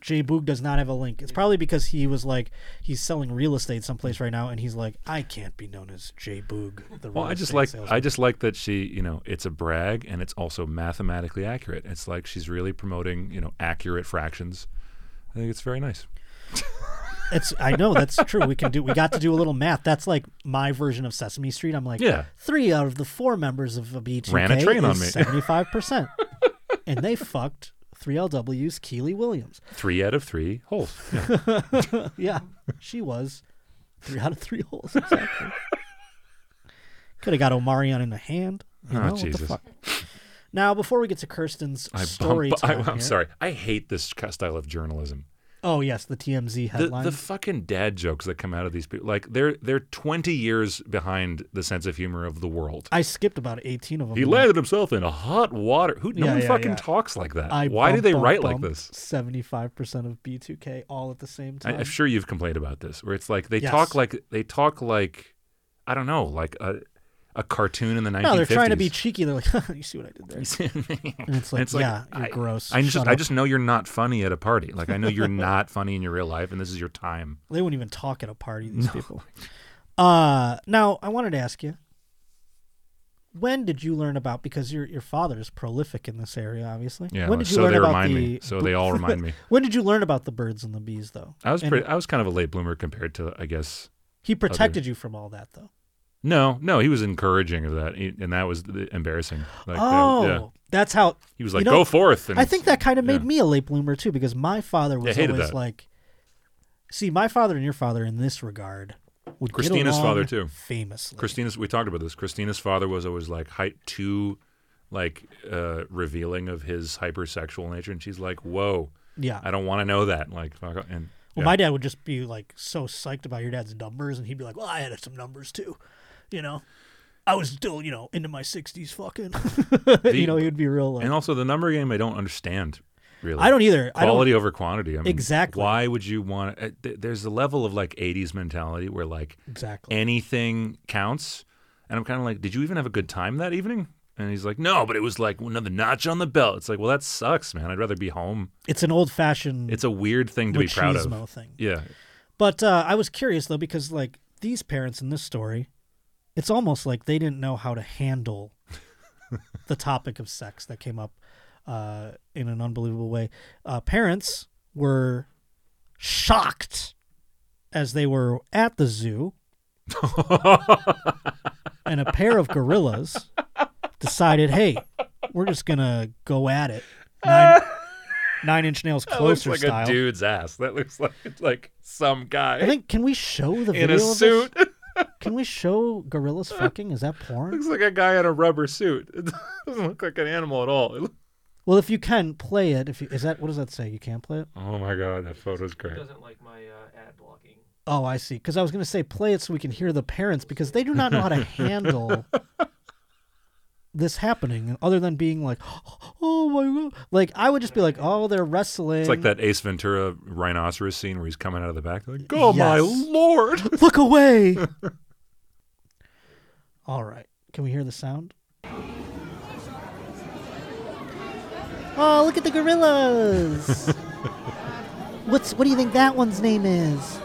Jay Boog does not have a link. It's probably because he was like he's selling real estate someplace right now, and he's like, I can't be known as Jay Boog. The
Well,
real
I just
estate
like
salesman."
I just like that she, you know, it's a brag and it's also mathematically accurate. It's like she's really promoting, you know, accurate fractions. I think it's very nice.
It's I know that's true. We can do. We got to do a little math. That's like my version of Sesame Street. I'm like,
Yeah.
Three out of the four members of a B2K
Ran a train on me.
Seventy five percent, and they fucked three LW's Keely Williams.
Three out of three holes. Yeah.
yeah, she was three out of three holes. Exactly. Could have got Omarion in the hand. you
Oh,
know, what the
Jesus.
fuck. Now, before we get to Kirsten's
I,
story, time
am
here-
sorry. I hate this ca- style of journalism.
Oh yes, the TMZ
The,
headline.
the fucking dad jokes that come out of these people, like they're they're 20 years behind the sense of humor of the world.
I skipped about eighteen of them.
He landed himself in a hot water. Who no
Mm-hmm. Yeah,
one
yeah,
fucking
yeah.
talks like that. Why do they write like this?
Seventy-five percent of B2K all at the same
I,
time.
I'm sure you've complained about this, where it's like they
Yes.
talk like they talk like I don't know, like a a cartoon in the 1950s.
no, they're trying to be cheeky. They're like, you see what I did there? and it's like, yeah, you're
I,
gross.
I just
Shut
I
up."
just know you're not funny at a party. Like I know you're not funny in your real life, and this is your time.
They wouldn't even talk at a party. These people. Uh, now I wanted to ask you, when did you learn about? Because your your father is prolific in this area, obviously.
Yeah,
When did you
so
learn
they
about
remind
the?
me. So they all remind me.
when did you learn about the birds and the bees, though?
I was
And
pretty, I was kind of a late bloomer compared to I guess
He
other-
protected you from all that, though.
No, no, he was encouraging of that, he- and that was the- embarrassing. Like, the-
oh,
yeah.
that's how
he was
you
like,
know,
"Go forth." And
I think that kind of made me a late bloomer too, because my father was
hated
always
that.
like, "See, my father and your father in this regard would get
Christina's
along
father too.
famously."
Christina's we talked about this. Christina's father was always like hy- too like uh revealing of his hypersexual nature and she's like, "Whoa.
Yeah.
I don't want to know that." Like fuck off. and
Well,
yeah.
my dad would just be like so psyched about your dad's numbers, and he'd be like, "Well, I had some numbers too, you know. I was still, you know, into my sixties, fucking. you
The-
know, he would be real like,
And also the number game I don't understand really.
I don't either. I don't-
Quality over quantity. I mean,
Exactly.
Why would you want uh, th- there's a level of like 80s mentality where like
Exactly.
anything counts. And I'm kind of like, "Did you even have a good time that evening?" And he's like, "No, but it was like another notch on the belt." It's like, "Well, that sucks, man. I'd rather be home."
it's an old-fashioned.
It's a weird thing to be proud
machismo
of.
thing.
Yeah.
But uh, I was curious though, because like these parents in this story, it's almost like they didn't know how to handle the topic of sex that came up uh, in an unbelievable way. Uh, parents were shocked as they were at the zoo, and a pair of gorillas decided, "Hey, we're just gonna go at it." Nine, Nine Inch Nails
That looks
closer
like
style.
a dude's ass. That looks like like some guy.
I think can we show the
In
video
a
of this? Can we show gorillas fucking? Is that porn?
looks like a guy in a rubber suit. It doesn't look like an animal at all. It look-
Well, if you can play it, if you, is that what does that say? You can't play it.
Oh my god, that photo's great.
doesn't like my uh, ad blocking.
Oh, I see. Because I was gonna say play it so we can hear the parents because they do not know how to handle this happening, other than being like, oh my god. Like I would just be like, oh, they're wrestling.
It's like that Ace Ventura rhinoceros scene where he's coming out of the back. Like, oh my
Yes.
lord!
Look away. All right. Can we hear the sound? Oh, look at the gorillas. What's what do you think that one's name is?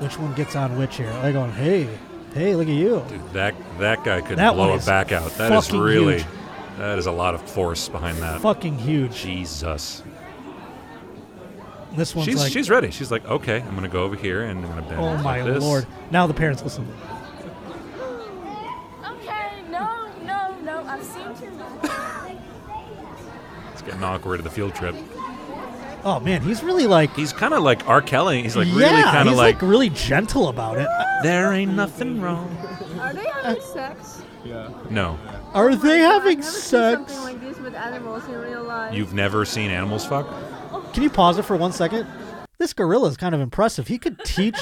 Which one gets on which here? They're going, hey, hey, look at you.
Dude, that that guy could
That
blow
one
a
is
back out. That is
fucking
really,
huge.
that is a lot of force behind that.
Fucking huge.
Jesus.
This one's
she's
like,
she's ready. She's like, okay, I'm gonna go over here and I'm gonna bend.
oh
like
my
this.
lord. Now the parents listen.
Okay, no, no, no, I've seen too much.
It's getting awkward at the field trip.
Oh man, he's really like
he's kind of like R. Kelly. He's like really
yeah,
kind of
he's
like,
really gentle about it.
there ain't nothing wrong.
Are they having sex? Yeah.
No,
Are they
Oh
having
Something
sex?
like this with animals in real life.
you've never seen animals fuck.
Can you pause it for one second? This gorilla is kind of impressive. He could teach.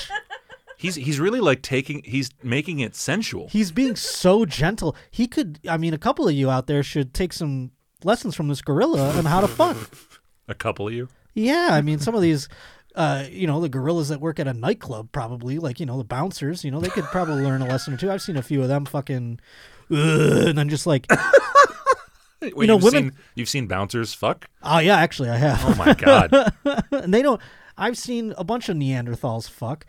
He's he's really like taking. He's making it sensual.
He's being so gentle. He could. I mean, a couple of you out there should take some lessons from this gorilla on how to fuck.
A couple of you.
Yeah, I mean, some of these uh, you know, the gorillas that work at a nightclub probably, like, you know, the bouncers, you know, they could probably learn a lesson or two. I've seen a few of them fucking, "Ugh," and then just like,
Wait,
you know,
you've
women.
Seen, you've seen bouncers fuck?
Oh, yeah, actually, I have.
Oh, my God.
and they don't, I've seen a bunch of Neanderthals fuck,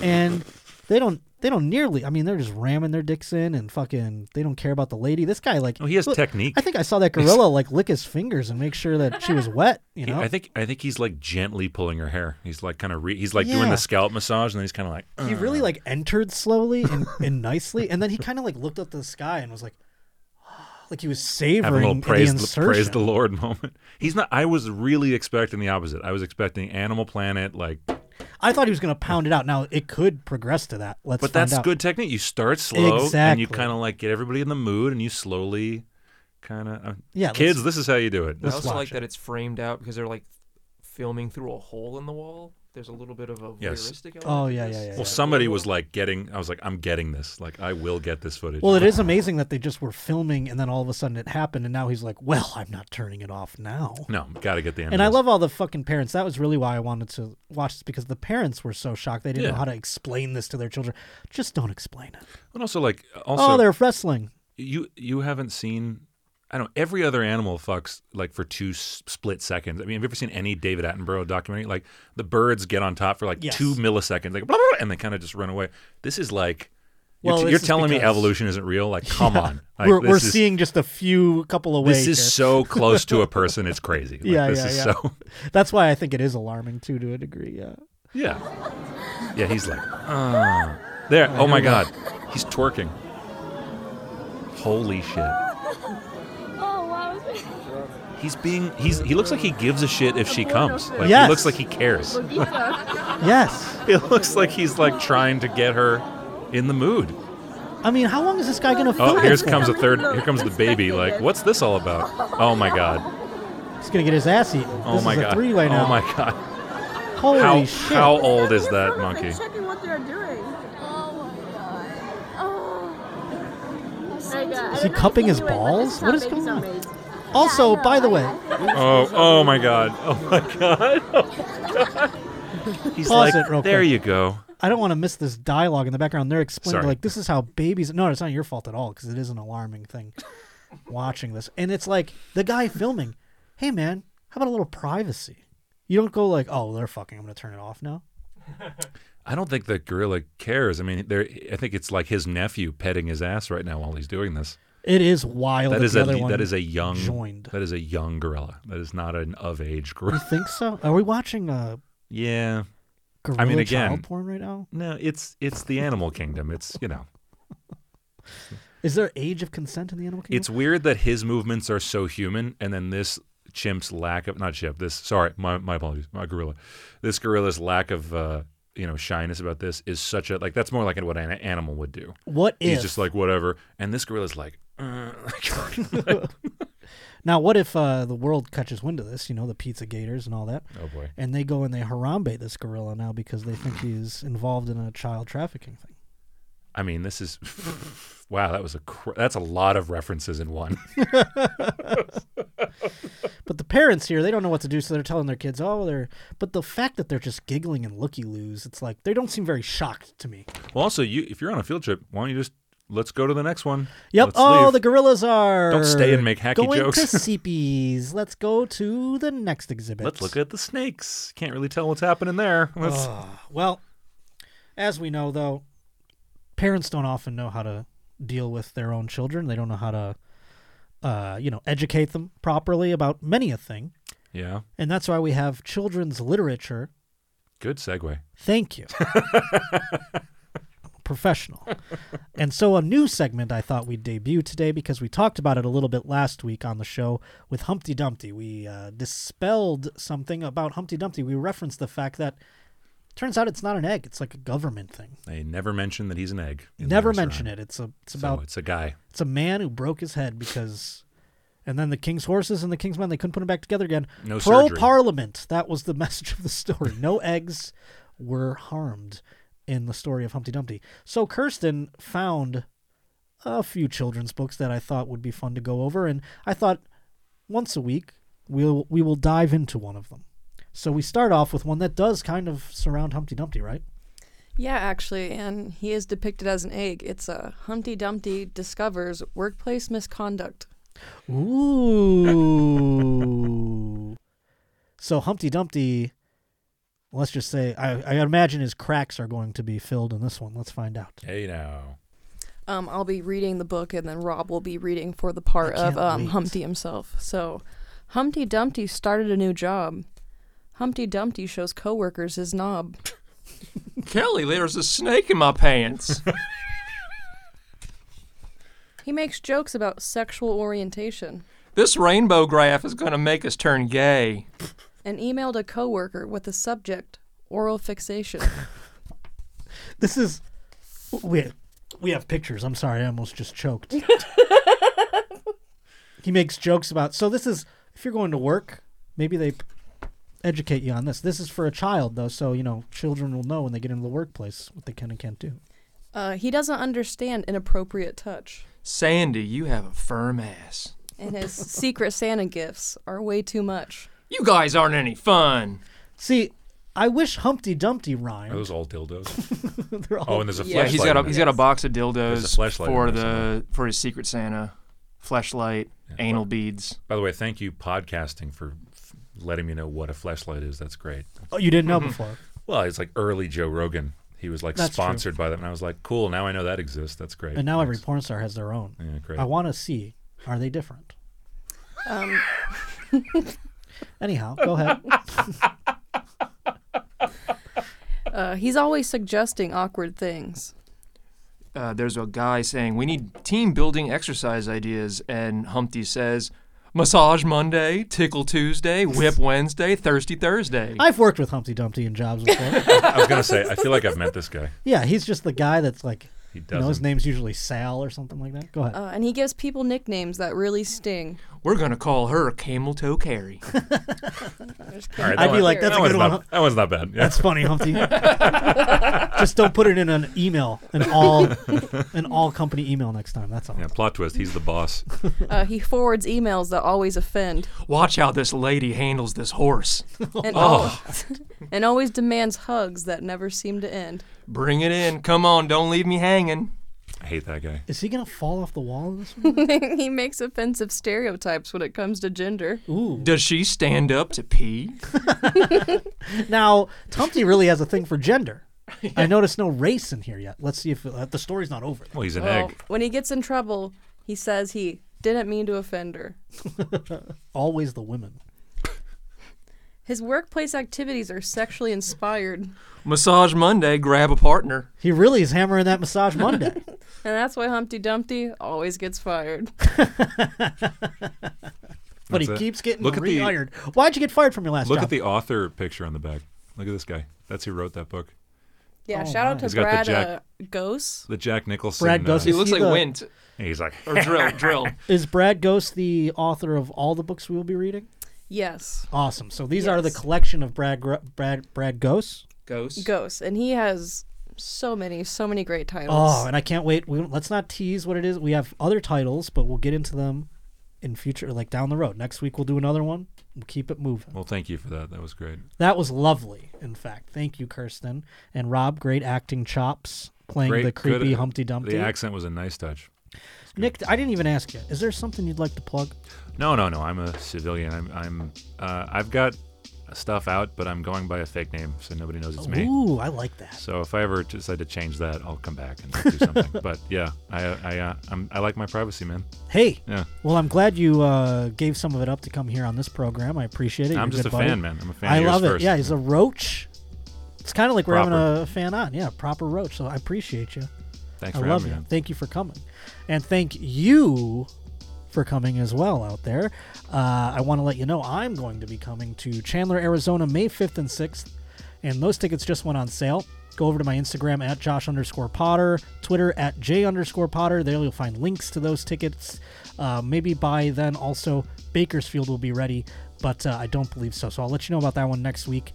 and they don't, they don't nearly, I mean, they're just ramming their dicks in and fucking, they don't care about the lady. This guy, like,
Oh, he has
look,
technique.
I think I saw that gorilla, like, lick his fingers and make sure that she was wet, you
He-
know?
I think I think he's like gently pulling her hair. He's like kind of re- he's like doing
Yeah.
the scalp massage, and then he's kind of like uh,
he really like entered slowly and, and nicely, and then he kind of like looked up to the sky and was like, like he was
having a little
savoring
praise
the
the,
insertion.
praise the Lord moment. He's not. I was really expecting the opposite. I was expecting Animal Planet like,
I thought he was gonna pound it out. Now it could progress to that. Let's.
but
find
that's
out.
good technique. You start slow, and
Exactly.
you kind of like get everybody in the mood, and you slowly kind of uh,
Yeah, let's-
Kids, this is how you do it.
I
This is
also like that it's framed out because they're like filming through a hole in the wall. There's a little bit of a
Yes.
voyeuristic element.
Oh,
to
yeah,
this.
yeah, yeah,
Well, somebody was like getting. I was like, I'm getting this. Like, I will get this footage.
Well, it is amazing that they just were filming, and then all of a sudden it happened, and now he's like, "Well, I'm not turning it off now."
No, gotta get the end.
And I love all the fucking parents. That was really why I wanted to watch this because the parents were so shocked they didn't
Yeah.
know how to explain this to their children. Just don't explain it.
And also, like, also,
oh, they're wrestling.
you you haven't seen. I don't. Every other animal fucks like for two s- split seconds. I mean, have you ever seen any David Attenborough documentary? Like the birds get on top for like
Yes.
two milliseconds, like blah, blah, blah, and they kind of just run away. This is like, you're,
Well,
t-
this
you're
is
telling me
because-
evolution isn't real? Like, come on. Like,
we're
this
we're
is-
seeing just a few couple away.
This is
here.
so close to a person. It's crazy. Like,
yeah,
this
yeah,
is
yeah.
so.
That's why I think it is alarming too, to a degree. Yeah.
Yeah. Yeah, he's like, ah. There. Oh my God. He's twerking. Holy shit.
Oh, wow.
He's being, he's, he looks like he gives a shit if she comes. Like,
Yes.
he looks like he cares.
Yes.
It looks like he's like trying to get her in the mood.
I mean, how long is this guy gonna?
Oh,
fight
here's
for?
comes a third, here comes the baby. Like, what's this all about? Oh my God.
He's gonna get his ass eaten.
Oh
this
my
is a
God.
three way now.
Oh my God.
Holy
how,
shit!
how old is that monkey?
Checking what they're doing. Oh my god. Oh. my God.
Is he cupping his balls? What is going on? Also, by the way,
Oh, oh my God. Oh my God. He's
pause
like,
it real
there
quick.
you go.
I don't want to miss this dialogue in the background. They're explaining
Sorry.
like this is how babies. No, it's not your fault at all because it is an alarming thing. watching this, and it's like the guy filming. Hey man, how about a little privacy? You don't go like, oh, they're fucking. I'm gonna turn it off now.
I don't think the gorilla cares. I mean, there. I think it's like his nephew petting his ass right now while he's doing this.
It is wild.
That
that
is
the
a
other one
that is a young
joined.
that is a young gorilla. That is not an of age
You
gorilla.
think so? Are we watching uh
yeah.
gorilla
I mean, again,
child porn right now?
No, it's it's the animal kingdom. It's you know,
Is there age of consent in the animal kingdom?
it's weird that his movements are so human, and then this chimp's lack of not chimp. This sorry, my my apologies, my gorilla. This gorilla's lack of. uh you know, shyness about this is such a like that's more like what an animal would do.
What
he's
if-
just like whatever, and this gorilla's like, uh,
now, what if uh, the world catches wind of this? You know, the pizza gators and all that.
Oh, boy.
And they go and they harambe this gorilla now because they think he's involved in a child trafficking thing.
I mean, this is wow. That was a cr- that's a lot of references in one.
But the parents here, they don't know what to do, so they're telling their kids, "Oh, they're." But the fact that they're just giggling and looky loos, it's like they don't seem very shocked to me.
well, also, you if you're on a field trip, why don't you just let's go to the next one?
Yep.
Let's
oh,
leave.
the gorillas are.
Don't stay and make hacky
going
jokes.
to CPs. Let's go to the next exhibit.
Let's look at the snakes. Can't really tell what's happening there. Let's-
Ah, well, as we know, though, parents don't often know how to deal with their own children. They don't know how to, uh, you know, educate them properly about many a thing.
Yeah.
And that's why we have children's literature.
Good segue.
Thank you. Professional. And so, a new segment I thought we'd debut today because we talked about it a little bit last week on the show with Humpty Dumpty. We uh, dispelled something about Humpty Dumpty. We referenced the fact that turns out it's not an egg, it's like a government thing.
They never mention that he's an egg. in
Never
the
mention
restaurant.
it. It's a it's
So
about
it's a guy.
It's a man who broke his head because and then the king's horses and the king's men they couldn't put him back together again.
No
Pro
surgery.
parliament. That was the message of the story. No eggs were harmed in the story of Humpty Dumpty. So Kirsten found a few children's books that I thought would be fun to go over and I thought once a week we'll we will dive into one of them. So we start off with one that does kind of surround Humpty Dumpty, right?
Yeah, actually, and he is depicted as an egg. It's a Humpty Dumpty discovers workplace misconduct.
Ooh. so Humpty Dumpty, let's just say, I, I imagine his cracks are going to be filled in this one. Let's find out.
Hey now.
Um, I'll be reading the book, and then Rob will be reading for the part
I
of
can't
um,
wait.
Humpty himself. So, Humpty Dumpty started a new job. Humpty Dumpty shows coworkers his knob.
Kelly, there's a snake in my pants.
He makes jokes about sexual orientation
this rainbow graph is going to make us turn gay.
and emailed a coworker with the subject oral fixation.
This is. We, we have pictures. I'm sorry. I almost just choked. he makes jokes about. So this is. If you're going to work, maybe they p- educate you on this. This is for a child, though. So, you know, children will know when they get into the workplace what they can and can't do.
Uh, he doesn't understand inappropriate touch,
Sandy, you have a firm ass.
and his secret Santa gifts are way too much.
You guys aren't any fun.
See, I wish Humpty Dumpty rhymed.
Are those all dildos?
They're all
oh, and there's a
yeah, he's
fleshlight
got a
in
he's
there.
got a box of
There's
dildos
a fleshlight in
for
there somewhere.
the for his secret Santa, fleshlight, anal beads.
By the way, thank you podcasting for f- letting me know what a fleshlight is. That's great.
Oh, you didn't know
Mhm.
before.
Well, it's like early Joe Rogan. He was like
That's true.
sponsored by them, and I was like, cool. Now I know that exists. That's great.
And now every porn star has their own.
Yeah, great.
I want to see are they different?
Um,
Anyhow, go ahead.
uh, he's always suggesting awkward things.
Uh, there's a guy saying we need team building exercise ideas, and Humpty says, massage Monday, tickle Tuesday, whip Wednesday, thirsty Thursday.
I've worked with Humpty Dumpty in jobs before.
I was gonna say, I feel like I've met this guy.
yeah, he's just the guy that's like,
He
you know, his
doesn't.
name's usually Sal or something like that. Go ahead.
Uh, and he gives people nicknames that really sting.
We're gonna call her Camel Toe Carrie.
All right, that
I'd be
one-
like, that's
that
a
one's
good
not,
one.
That one's not bad. Yeah.
That's funny, Humpty. just don't put it in an email, an all, an all company email next time. That's all.
Yeah, plot twist. He's the boss.
Uh, he forwards emails that always offend
Watch how this lady handles this horse.
and,
oh,
al- and always demands hugs that never seem to end.
bring it in. Come on, don't leave me hanging.
I hate that guy.
Is he gonna fall off the wall in this one?
he makes offensive stereotypes when it comes to gender.
Ooh.
Does she stand up to pee?
Now, Humpty really has a thing for gender. I noticed no race in here yet. Let's see if uh, the story's not over.
Well, he's an
Well,
egg.
when he gets in trouble, he says he didn't mean to offend her.
Always the women.
His workplace activities are sexually inspired, and
Massage Monday, grab a partner.
He really is hammering that massage Monday.
that's why Humpty Dumpty always gets fired.
but he
That's it.
keeps getting
Look at the-
re-hired. Why'd you get fired from your last
Look
job?
at the author picture on the back. Look at this guy. That's who wrote that book.
Yeah, shout out to
Oh He's got the
Brad
Jack-
uh, Gose.
The Jack Nicholson. uh,
Brad Gosling. He looks Is he like the-
Wint.
He's like
Or drill, drill.
Is Brad Ghost the author of all the books we will be reading?
Yes,
Awesome. So these are the
Yes.
collection of Brad Gr- Brad Brad Ghosts.
Ghost.
Ghost, and he has so many, so many great titles.
Oh, and I can't wait. We, let's not tease what it is. We have other titles, but we'll get into them in future, like down the road. Next week we'll do another one. We'll keep it moving.
Well, thank you for that. That was great.
That was lovely. In fact, thank you, Kirsten and Rob. Great acting chops playing
Great,
the creepy
good- uh,
Humpty Dumpty.
The accent was a nice touch.
Nick, I didn't even ask you. Is there something you'd like to plug?
No, no, no. I'm a civilian. I'm, I'm, uh, I've got stuff out, but I'm going by a fake name, so nobody knows it's me.
Ooh, I like that.
So if I ever decide to change that, I'll come back and do something. but yeah, I, I, uh, I'm, I like my privacy, man.
Hey.
Yeah.
Well, I'm glad you uh, gave some of it up to come here on this program. I appreciate it. You're
I'm just
good
a
buddy.
fan, man. I'm a fan
I
of yours
love it.
first.
Yeah, he's a roach. It's kind of like we're having
Proper.
a fan on. Yeah, proper roach. So I appreciate you.
Thanks
I
for
love
having me
you.
on.
Thank you for coming, and thank you for coming as well out there. Uh, I want to let you know I'm going to be coming to Chandler, Arizona, May 5th and 6th, and those tickets just went on sale. Go over to my Instagram at Josh underscore Potter, Twitter at J underscore Potter. There you'll find links to those tickets. Uh, maybe by then also Bakersfield will be ready, but uh, I don't believe so. So I'll let you know about that one next week.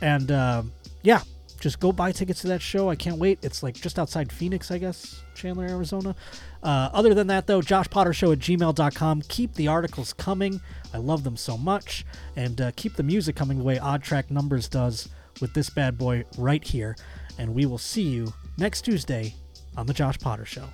And uh, yeah, just go buy tickets to that show. I can't wait. It's like just outside Phoenix, I guess, Chandler, Arizona. Uh, other than that, though, joshpottershow at gmail.com. Keep the articles coming. I love them so much. And uh, keep the music coming the way Odd Track Numbers does with this bad boy right here. And we will see you next Tuesday on The Josh Potter Show.